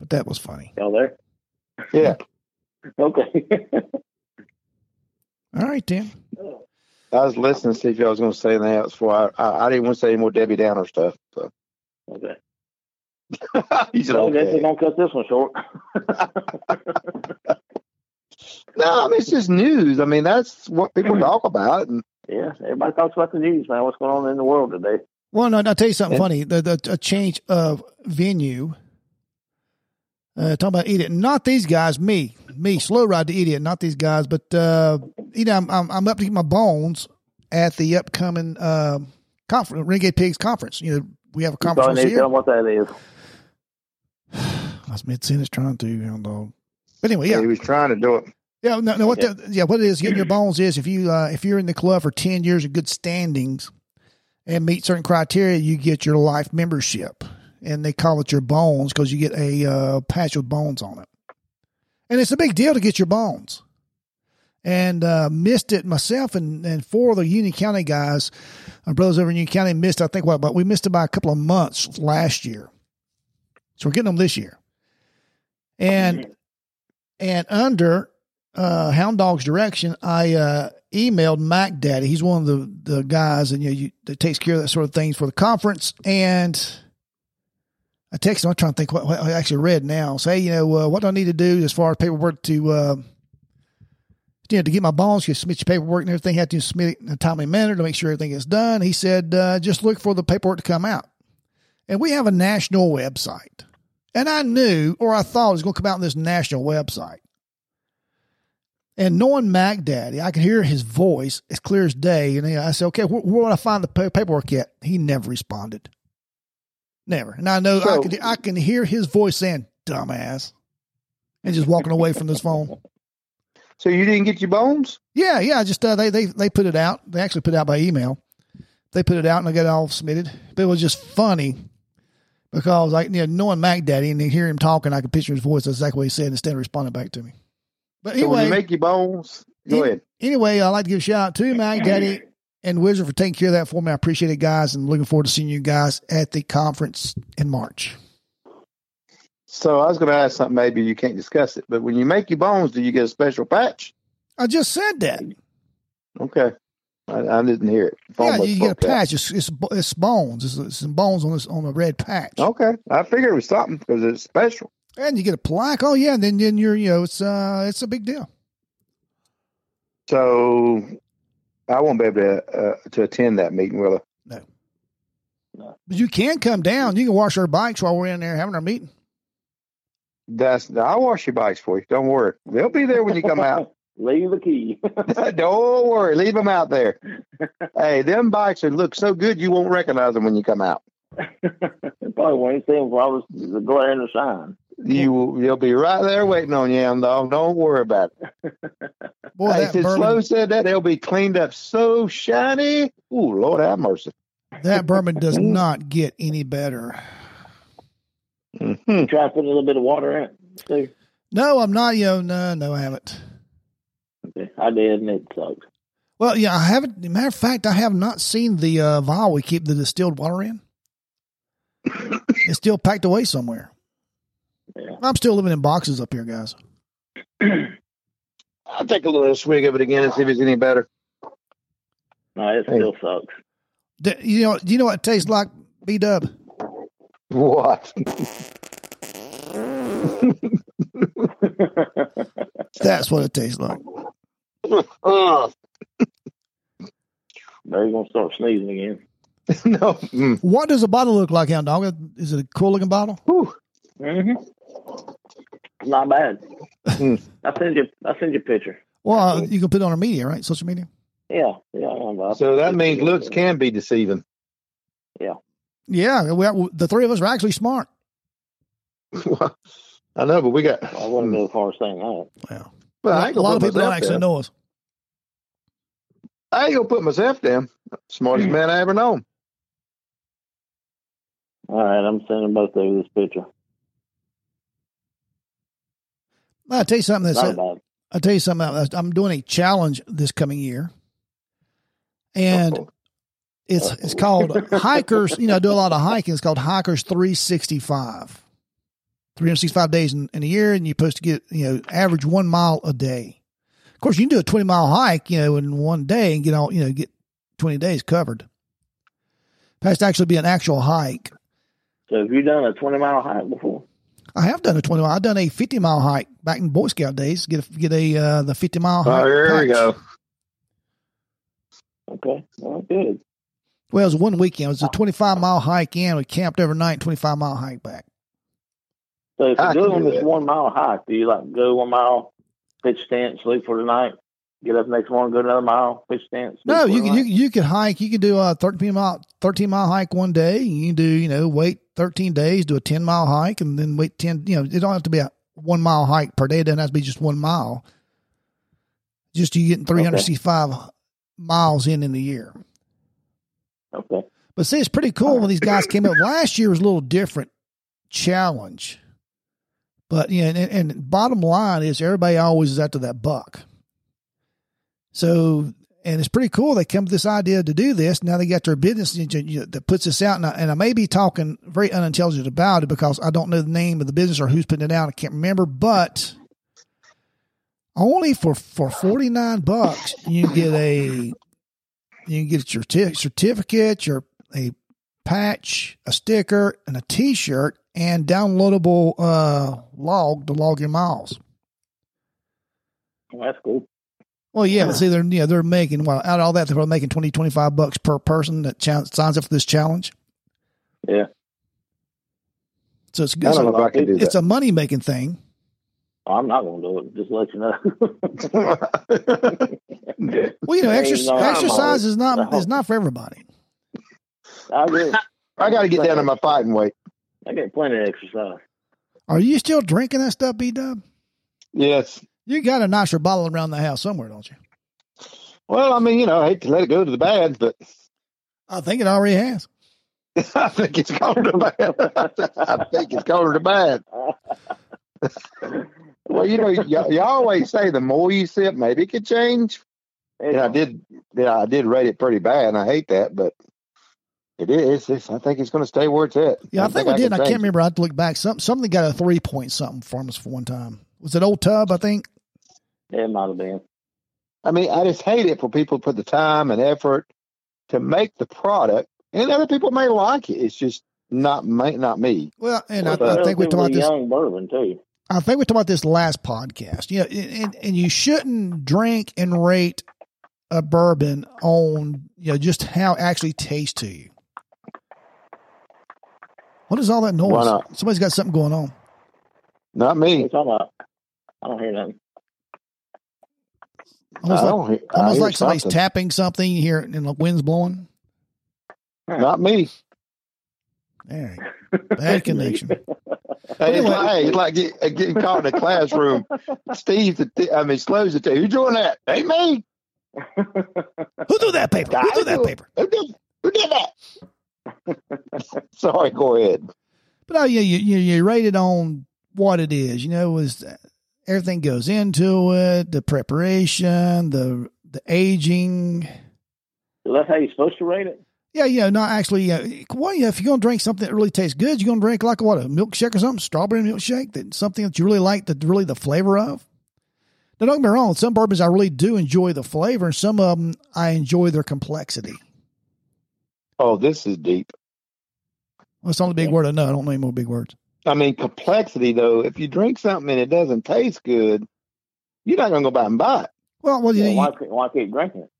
But that was funny. Y'all there? Yeah, Okay. All right, then. I was listening to see if y'all was going to say anything else before I, I I didn't want to say any more Debbie Downer stuff. So okay. you said So I guess we're okay. gonna cut this one short. No, I mean it's just news. I mean that's what Mm-hmm. people talk about, and yeah, everybody talks about the news, man. What's going on in the world today? Well, no, I'll tell you something Yeah. funny. The, the a change of venue. Uh, talking about idiot, not these guys. Me, me, slow ride to idiot, not these guys. But uh, you know, I'm, I'm I'm up to get my bones at the upcoming um conference, Renegade Pigs conference. You know, we have a So I conference need once a to tell year. them what that is. That's mid sentence trying to, you know, dog. But anyway, yeah, he was trying to do it. Yeah, no, no. What the, yeah, what it is getting your bones is if you uh, if you're in the club for ten years of good standings and meet certain criteria, you get your life membership, and they call it your bones because you get a uh, patch with bones on it, and it's a big deal to get your bones. And uh, missed it myself and, and four of the Union County guys, our brothers over in Union County missed. I think what, but we missed it by a couple of months last year, so we're getting them this year. And and under uh, Hound Dog's direction, I uh, emailed Mac Daddy. He's one of the, the guys and you, know, you that takes care of that sort of things for the conference. And I texted him. I'm trying to think what, what I actually read now. Say, you know, uh, what do I need to do as far as paperwork to, uh, you know, to get my bonds? You submit your paperwork and everything. Have to submit it in a timely manner to make sure everything is done. He said, uh, just look for the paperwork to come out. And we have a national website. And I knew, or I thought, it was going to come out on this national website. And knowing Mac Daddy, I could hear his voice as clear as day. And you know, I said, okay, where, where would I find the pa- paperwork at? He never responded. Never. And I know I, So- could, I can hear his voice saying, dumbass, and just walking away from this phone. So you didn't get your bones? Yeah, yeah. I Just uh, they they they put it out. They actually put it out by email. They put it out and I got it all submitted. But it was just funny because like you know, knowing Mac Daddy and then hear him talking, I could picture his voice. That's exactly what he said instead of responding back to me. But So when anyway, you make your bones, go Yeah. ahead. anyway, I'd like to give a shout out to Mac Daddy and Wizard for taking care of that for me. I appreciate it, guys, and looking forward to seeing you guys at the conference in March. So I was going to ask something. Maybe you can't discuss it, but when you make your bones, do you get a special patch? I just said that. Okay, I, I didn't hear it. Phone Yeah, must you get a broke out. patch. It's, it's it's bones. It's, it's some bones on this on a red patch. Okay, I figured it was something because it's special. And you get a plaque. Oh yeah, and then then you're you know it's uh it's a big deal. So I won't be able to uh, to attend that meeting, will I? But you can come down. You can wash our bikes while we're in there having our meeting. That's I'll wash your bikes for you. Don't worry, they'll be there when you come out. Leave the key. Don't worry, leave them out there. hey, them bikes will look so good you won't recognize them when you come out. Probably won't see him for all this the glare and the shine. You will you'll be right there waiting on you, and don't don't worry about it. Boy, hey, that since bourbon, Slow said that, they'll be cleaned up so shiny. Ooh, Lord have mercy. that bourbon does Mm. not get any better. Mhm. Try to put a little bit of water in it. too. No, I'm not. You know, no, no, I haven't. Okay. I did, and it sucked. Well, yeah, I haven't. Matter of fact, I have not seen the uh, vial we keep the distilled water in. it's still packed away somewhere. Yeah. I'm still living in boxes up here, guys. I'll take a little swig of it again and see if it's any better. No, it Hey. still sucks. D- You know, do you know what it tastes like? B Dub. What? That's what it tastes like. Ugh. They're gonna start sneezing again. no. Mm. What does a bottle look like, hound dog? Is it a cool looking bottle? Whew. Mm-hmm. Not bad. Mm. I send you. I send you a picture. Well, uh, you can put it on our media, right? Social media. Yeah, yeah. I know, Bob. So that means looks can be deceiving. Yeah, we, the three of us are actually smart. I know, but we got. mm. I wouldn't Hmm. go as far as saying that. Well, I a ain't lot gonna of put people don't myself actually down. know us. I ain't gonna put myself down. Smartest man I ever known. All right, I'm sending both of you this picture. I'll tell you something that's Not bad. I'll tell you something. else. I'm doing a challenge this coming year, and Uh-oh. it's it's called hikers. You know, I do a lot of hiking. It's called hikers 365, 365 days in, in a year, and you're supposed to get you know average one mile a day. Of course, you can do a 20 mile hike, you know, in one day and get all you know get 20 days covered. It has to actually be an actual hike. So have you done a 20 mile hike before? I have done a 20 mile. I've done a 50 mile hike back in Boy Scout days. Get a, get a uh, the 50 mile. Oh, hike here we patch. go. Okay, well, good. Well, it was one weekend. It was a 25 mile hike in. We camped overnight, 25 mile hike back. So if I you're can doing do this that. one mile hike, do you like go one mile, pitch tent, sleep for the night, get up next morning, go another mile, pitch tent? sleep No, for you the can, you, night? you can hike. You can do a 13 mile, 13 mile hike one day. You can do, you know, wait 13 days, do a 10 mile hike and then wait 10, you know, it don't have to be a one mile hike per day. It doesn't have to be just one mile. Just you getting 365 miles in in the year. Okay. But see, it's pretty cool when these guys came up. Last year was a little different challenge. But you know, and, and bottom line is everybody always is after that buck. So and it's pretty cool. They come to this idea to do this. Now they got their business agent you know, that puts this out. And I, and I may be talking very unintelligent about it because I don't know the name of the business or who's putting it out. I can't remember. But only for for forty nine bucks, you get a you can get your t- certificate, your a patch, a sticker, and a T-shirt, and downloadable uh, log to log your miles. Well, that's cool. Well, yeah, but see, they're yeah they're making well out of all that they're probably making 20, 25 bucks per person that cha- signs up for this challenge. Yeah. So it's I good. don't know if I can do It's a money making thing. I'm not going to do it. Just to let you know. that. Well, you know, Hey, exercise, no, I'm exercise always- is I'm not always- is not for everybody. I agree. I got to get down to my fighting weight. I get plenty of exercise. Are you still drinking that stuff, B Dub? Yes. You got a nicer bottle around the house somewhere, don't you? Well, I mean, you know, I hate to let it go to the bad, but I think it already has. I think it's gone to bad. I think it's gone to bad. Well, you know, y- you always say the more you sip, maybe it could change. And I did, yeah, I did rate it pretty bad, and I hate that, but it is. It's, I think it's going to stay where it's at. Yeah, I, think, we did. I can can't change it. remember. I had to look back. Some something got a three point something from us for one time. Was it old tub? I think. It might have been. I mean, I just hate it for people to put the time and effort to make the product, and other people may like it. It's just not my, not me. Well, and I, Well, I think we talked about relatively this. uh, young bourbon too. I think we talked about this last podcast. You know, and, and you shouldn't drink and rate a bourbon on you know just how it actually tastes to you. What is all that noise? Why not? Somebody's got something going on. Not What you me. talking about? I don't hear nothing. I Almost like, don't hear- I almost hear like somebody's something. tapping something. You hear it and like winds blowing. Not me. There, you go. bad connection. Hey, it's Anyway. like, hey, it's like get, uh, getting caught in a classroom. Steve, the t- I mean, Slows the t- Who's doing that? Ain't me. Who threw that paper? Who threw that paper? Who did, who did that? Sorry, go ahead. But oh yeah, you you you rate it on what it is. You know, is everything goes into it, the preparation, the the aging. So that's how you're supposed to rate it. Yeah, you know, not actually. Uh, well, yeah, if you're gonna drink something that really tastes good, you're gonna drink like what a milkshake or something, strawberry milkshake, that something that you really like, that really the flavor of. Now, don't get me wrong. Some bourbons I really do enjoy the flavor, and some of them I enjoy their complexity. Oh, this is deep. That's the only big word I know. I don't know any more big words. I mean, complexity though. If you drink something and it doesn't taste good, you're not gonna go back and buy it. Well, well, you, Well, why, you, keep- why keep drinking it?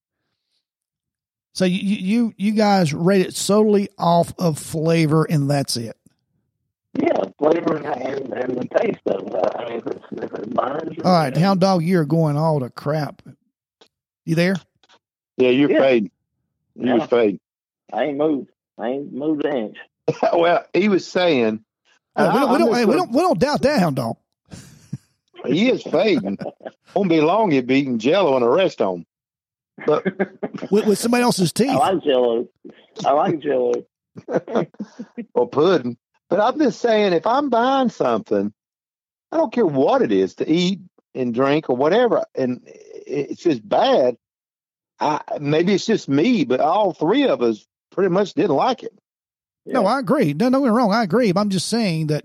so you, you you guys rate it solely off of flavor, and that's it. Yeah, flavor and, and, and the taste of it. I mean, if it's, if it burns. All right, Hound Dog, you're going all to crap. You there? Yeah, you're Yeah. fading. You Yeah. was fading. I ain't moved. I ain't moved an inch. well, he was saying Oh, we, don't, we, Uh, I'm don't, just hey, we gonna- don't we don't doubt that Hound Dog. he is fading. Won't be long he'll be eating jello and a rest home. But With, with somebody else's teeth. I like Jello. I like Jello. or pudding. But I'm just saying, if I'm buying something, I don't care what it is to eat and drink or whatever, and it's just bad. I maybe it's just me, but all three of us pretty much didn't like it. No, I agree. No, no, we're wrong. I agree. But I'm just saying that,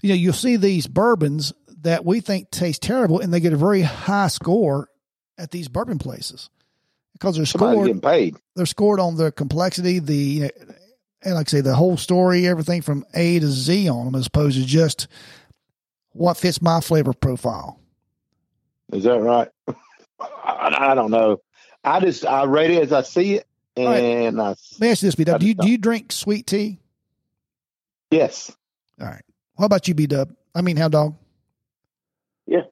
you know, you'll see these bourbons that we think taste terrible and they get a very high score at these bourbon places because they're Somebody's scored, getting paid. they're scored on the complexity, the, you know, and like I say, the whole story, everything from A to Z on them, as opposed to just what fits my flavor profile. Is that right? I, I don't know. I just I rate it as I see it, All right. and I Let me ask you this, B Dub. I Do you, just do you drink sweet tea? yes, All right. How about you, B Dub? I mean, how dog? Yeah.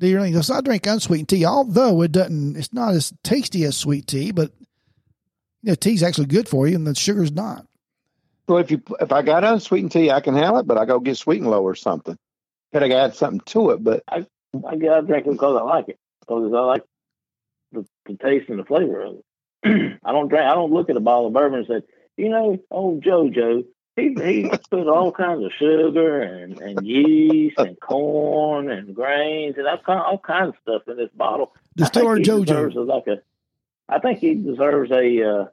Do you really? Because I drink unsweetened tea, although it doesn't. It's not as tasty as sweet tea, but you know, tea's actually good for you, and the sugar's not. Well, if you if I got unsweetened tea, I can handle it, but I go get sweet and low or something. But I got something to it. But I get I drink it because I like it. Because I like the, the taste and the flavor of it. I don't drink. I don't look at a bottle of bourbon and say, you know, old JoJo, he he put all kinds of sugar and, and yeast and corn and grains and all kind all kinds of stuff in this bottle. Distiller I think he JoJo. deserves a- like a, I think he deserves a uh,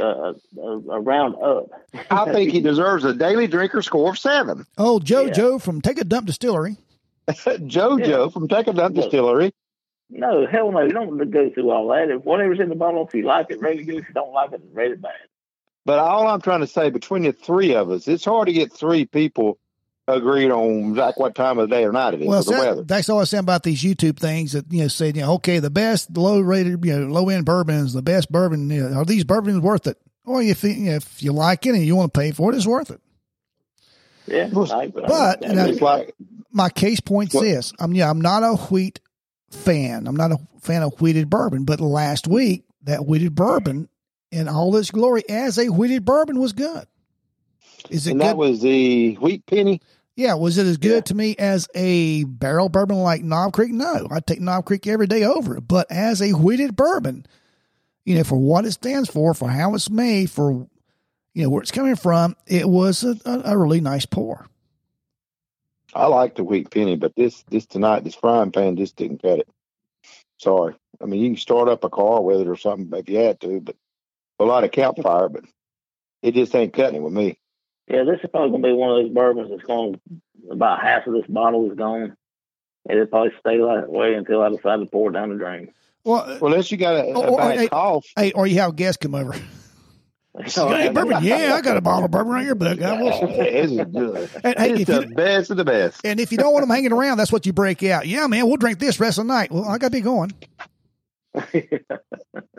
a, a, a round up. I think he deserves a daily drinker score of seven. Oh, JoJo from Take a Dump Distillery. JoJo Yeah. from Take a Dump Yeah. Distillery. No, hell no. You don't go through all that. If whatever's in the bottle, if you like it, rate it good. If you don't like it, rate it bad. But all I'm trying to say between the three of us, it's hard to get three people agreed on like what time of the day or night it is Well, for the that- weather. that's all I say about these YouTube things that you know say, you know, okay, the best low rated, you know, low end bourbons, the best bourbon. You know, are these bourbons worth it? Well, if you, you know, if you like it and you want to pay for it, it's worth it. Yeah, Well, I- I- but, I- you know- It's like my case point's What- this. I'm yeah, I'm not a wheat fan. I'm not a fan of wheated bourbon, but last week that wheated bourbon in all its glory as a wheated bourbon was good. Is it and good? that was the wheat penny. yeah, was it as good to me as a barrel bourbon like Knob Creek? No. I take Knob Creek every day over it. But as a wheated bourbon, you know, for what it stands for, for how it's made, for you know, where it's coming from, it was a, a, a really nice pour. I like the wheat penny, but this this tonight, this frying pan just didn't cut it. Sorry. I mean you can start up a car with it or something if you had to, but a lot of campfire, but it just ain't cutting it with me. yeah, this is probably gonna be one of those bourbons that's going. About half of this bottle is gone, and it'll probably stay that way until I decide to pour it down the drain. Well, Well, unless you got a, Oh, oh, a bad hey. cough, hey, or you have guests come over. Oh, Hey, bourbon. Yeah, I got a bottle of bourbon right here, but I will- this is good. And, hey, it's if the you, best of the best. and if you don't want them hanging around, that's what you break out. Yeah, man, we'll drink this rest of the night. Well, I got to be going.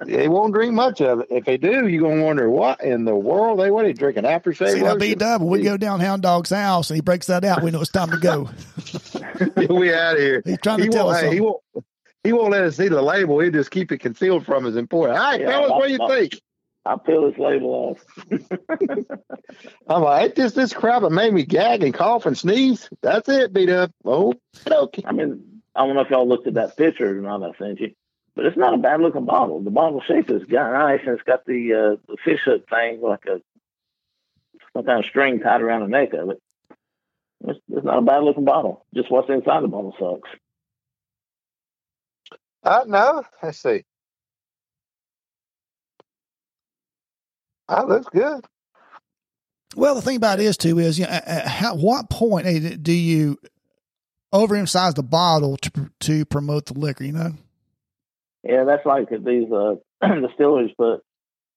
They won't drink much of it. If they do, you're gonna wonder what in the world they what are they drinking aftershave. See, that B lotion? dub. We go down Hound Dog's house, and he breaks that out. We know it's time to go. we out of here. He's trying to he tell won't, us hey, he something. won't. He won't let us see the label. He'll just keep it concealed from us and pour it. All right, Yeah, fellas, my- what do you my- think? I peel this uh, label off. I'm like, this this crap that made me gag and cough and sneeze. That's it, beat up. Oh, okay. I mean, I don't know if y'all looked at that picture or not. I sent you, but it's not a bad looking bottle. The bottle shape is got nice, and it's got the uh, the fish hook thing like a some kind of string tied around the neck of it. It's, it's not a bad looking bottle. Just what's inside the bottle sucks. Uh, no, let's see. That Ah, looks good. Well, the thing about it is too is, you know, at, at how- what point eh, do you overemphasize the bottle to pr- to promote the liquor? You know, Yeah, that's like if these uh, distilleries put,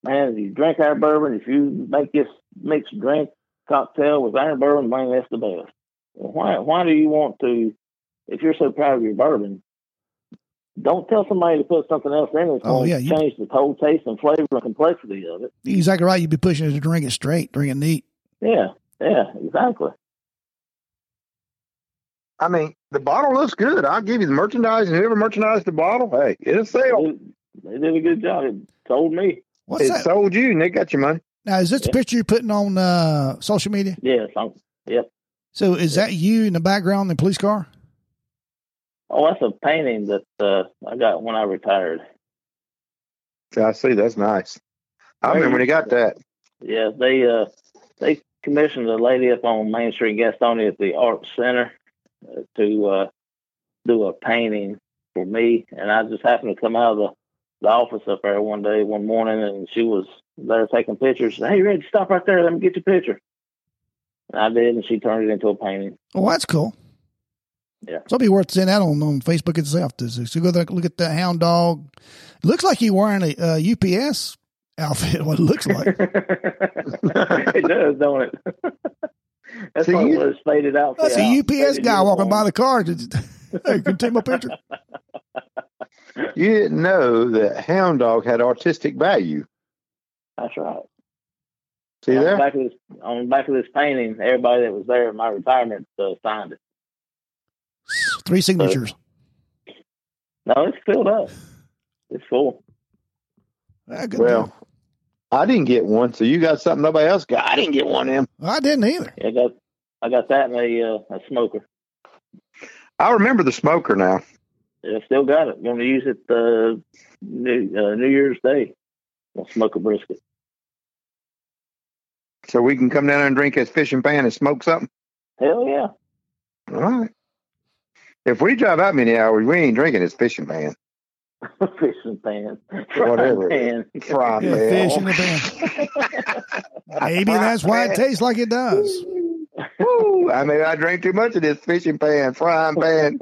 man, if you drink our bourbon, if you make this mixed drink, cocktail with our bourbon, man, that's the best. Well, why why do you want to if you're so proud of your bourbon, don't tell somebody to put something else in it. Oh, yeah, you- change the whole taste and flavor and complexity of it. You're exactly right. You'd be pushing it to drink it straight, drink it neat. Yeah, yeah, exactly. I mean, the bottle looks good. I'll give you the merchandise, and whoever merchandised the bottle, hey, it's a sale. They, they did a good job. It told me. What's It that? sold you, and they got your money. now, is this a Yeah. picture you're putting on uh, social media? Yeah, so So is that you in the background in the police car? oh, that's a painting that uh, I got when I retired. So I see. That's nice. I Right. remember when he got that. Yeah, they uh, they commissioned a lady up on Main Street in Gastonia at the Art Center uh, to uh, do a painting for me, and I just happened to come out of the, the office up there one day, one morning, and she was there taking pictures. She said, hey, Red, stop right there. Let me get your picture. And I did, and she turned it into a painting. Oh, that's cool. Yeah. So it'll be worth seeing that on, on Facebook itself. This is- So go there, look at that hound dog. Looks like you're wearing a uh, UPS outfit, what it looks like. it does, don't it? That's See, probably you- what it's faded out. That's yeah, a UPS faded guy walking uniform. by the car. Did you- hey, can you take my picture? You didn't know that hound dog had artistic value. That's right. See on the there? back of this on the back of this painting, everybody that was there at my retirement uh, signed it. Three signatures. No, it's filled up. It's full. Ah, good Well, I didn't get one, so you got something nobody else got. I didn't get one of them. deal. I didn't either. I got I got that and a uh, a smoker. I remember the smoker now. I still got it. Going to use it uh, New uh, New Year's Day. I'll smoke a brisket. So we can come down and drink his fishing pan and smoke something. Hell yeah! All right. If we drive out many hours, we ain't drinking his fishing pan. Fishing pan, Whatever Frying pan. Fry Yeah, man. fish in the pan. Maybe that's why it tastes like it does. Woo! I mean, I drank too much of this fishing pan, frying pan,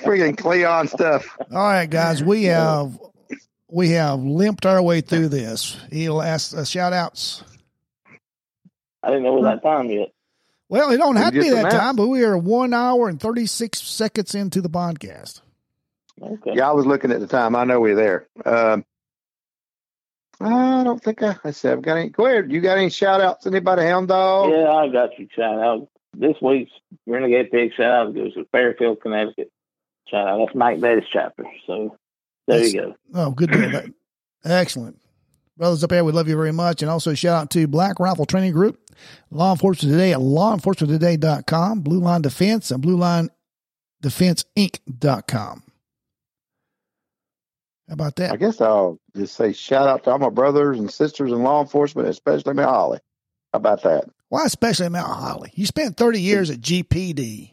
freaking Cleon stuff. All right, guys, we have we have limped our way through this. He'll ask uh, shout outs. I didn't know it was that time yet. Well, it don't We have to be just that announced. time, but we are one hour and thirty six seconds into the podcast. Okay. Yeah, I was looking at the time. I know we're there. Um, I don't think I, I said I've got any. Go ahead. You got any shout outs? Anybody, Hound Dog? Yeah, I got you. Shout out this week's Renegade Pig shout out goes to Fairfield, Connecticut. Shout out. That's Mike Betty's chapter. So there you go. Oh, good deal. That- Excellent. Brothers up there, we love you very much. And also shout out to Black Rifle Training Group, Law Enforcement Today at lawenforcementtoday.com, Blue Line Defense and Blue Line Defense Inc.com. How about I that? guess I'll just say shout out to all my brothers and sisters in law enforcement, especially my Holly. How about that? Why especially Mount Holly? You spent 30 years at GPD.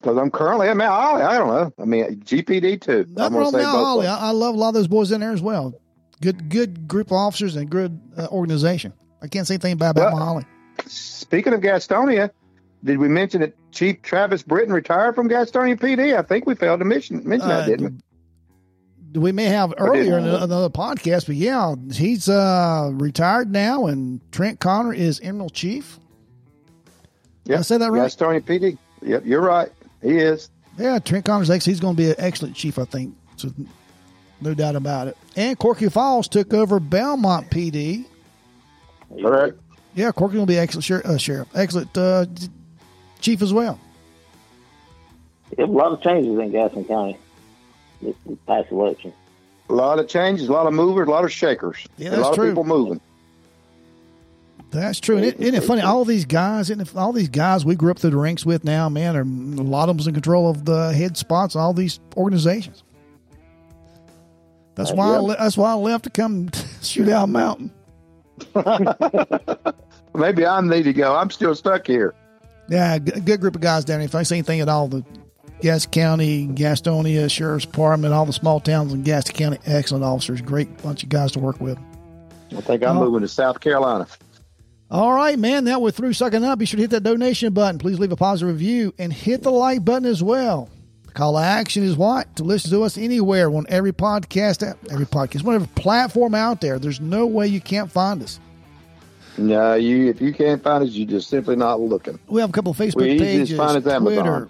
Because I'm currently at Mount Holly. I don't know. I mean, GPD too. Nothing I'm gonna wrong say with Mount both Holly. of them. I, I love a lot of those boys in there as well. Good good group of officers and good uh, organization. I can't say anything bad about Well- Mount Holly. Speaking of Gastonia, did we mention that Chief Travis Britton retired from Gastonia PD? I think we failed to mention, mention Uh, that, didn't we? we may have earlier in didn't. another podcast, but yeah, he's uh, retired now, and Trent Connor is Emerald Chief. Yeah. I said that right? Gastonia PD. Yep, you're right. He is. Yeah, Trent Connor's ex. He's going to be an excellent chief, I think. So, no doubt about it. And Corky Falls took over Belmont PD. Correct. Yeah, Corky will be excellent sher- uh, sheriff, excellent uh, d- chief as well. There's a lot of changes in Gaston County this past election. A lot of changes, a lot of movers, a lot of shakers. Yeah, a that's lot true. of people moving. That's true. And it, isn't it funny? All these guys, isn't it, all these guys we grew up through the ranks with now, man, are a lot of them's in control of the head spots, all these organizations. That's why I Yep. le- that's why I left to come shoot out mountain. Maybe I need to go. I'm still stuck here. Yeah, g- good group of guys down here. If I see anything at all, the Gas County, Gastonia Sheriff's Department, all the small towns in Gas County, excellent officers, great bunch of guys to work with. I think I'm Oh. moving to South Carolina. All right, man. Now we're through sucking up. Be sure to hit that donation button. Please leave a positive review and hit the like button as well. Call to action is what? To listen to us anywhere on every podcast, app, every podcast, whatever platform out there. There's no way you can't find us. No, you if you can't find us, you're just simply not looking. We have a couple of Facebook We easy as pages, fine as Amazon. Twitter.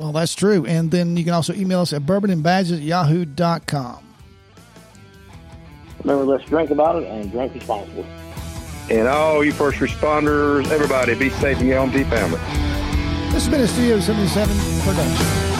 Well, that's true. And then you can also email us at bourbonandbadges at yahoo.com. Remember, let's drink about it and drink responsibly. And all you first responders, everybody, be safe and get home to your family. This has been a Studio 77 production.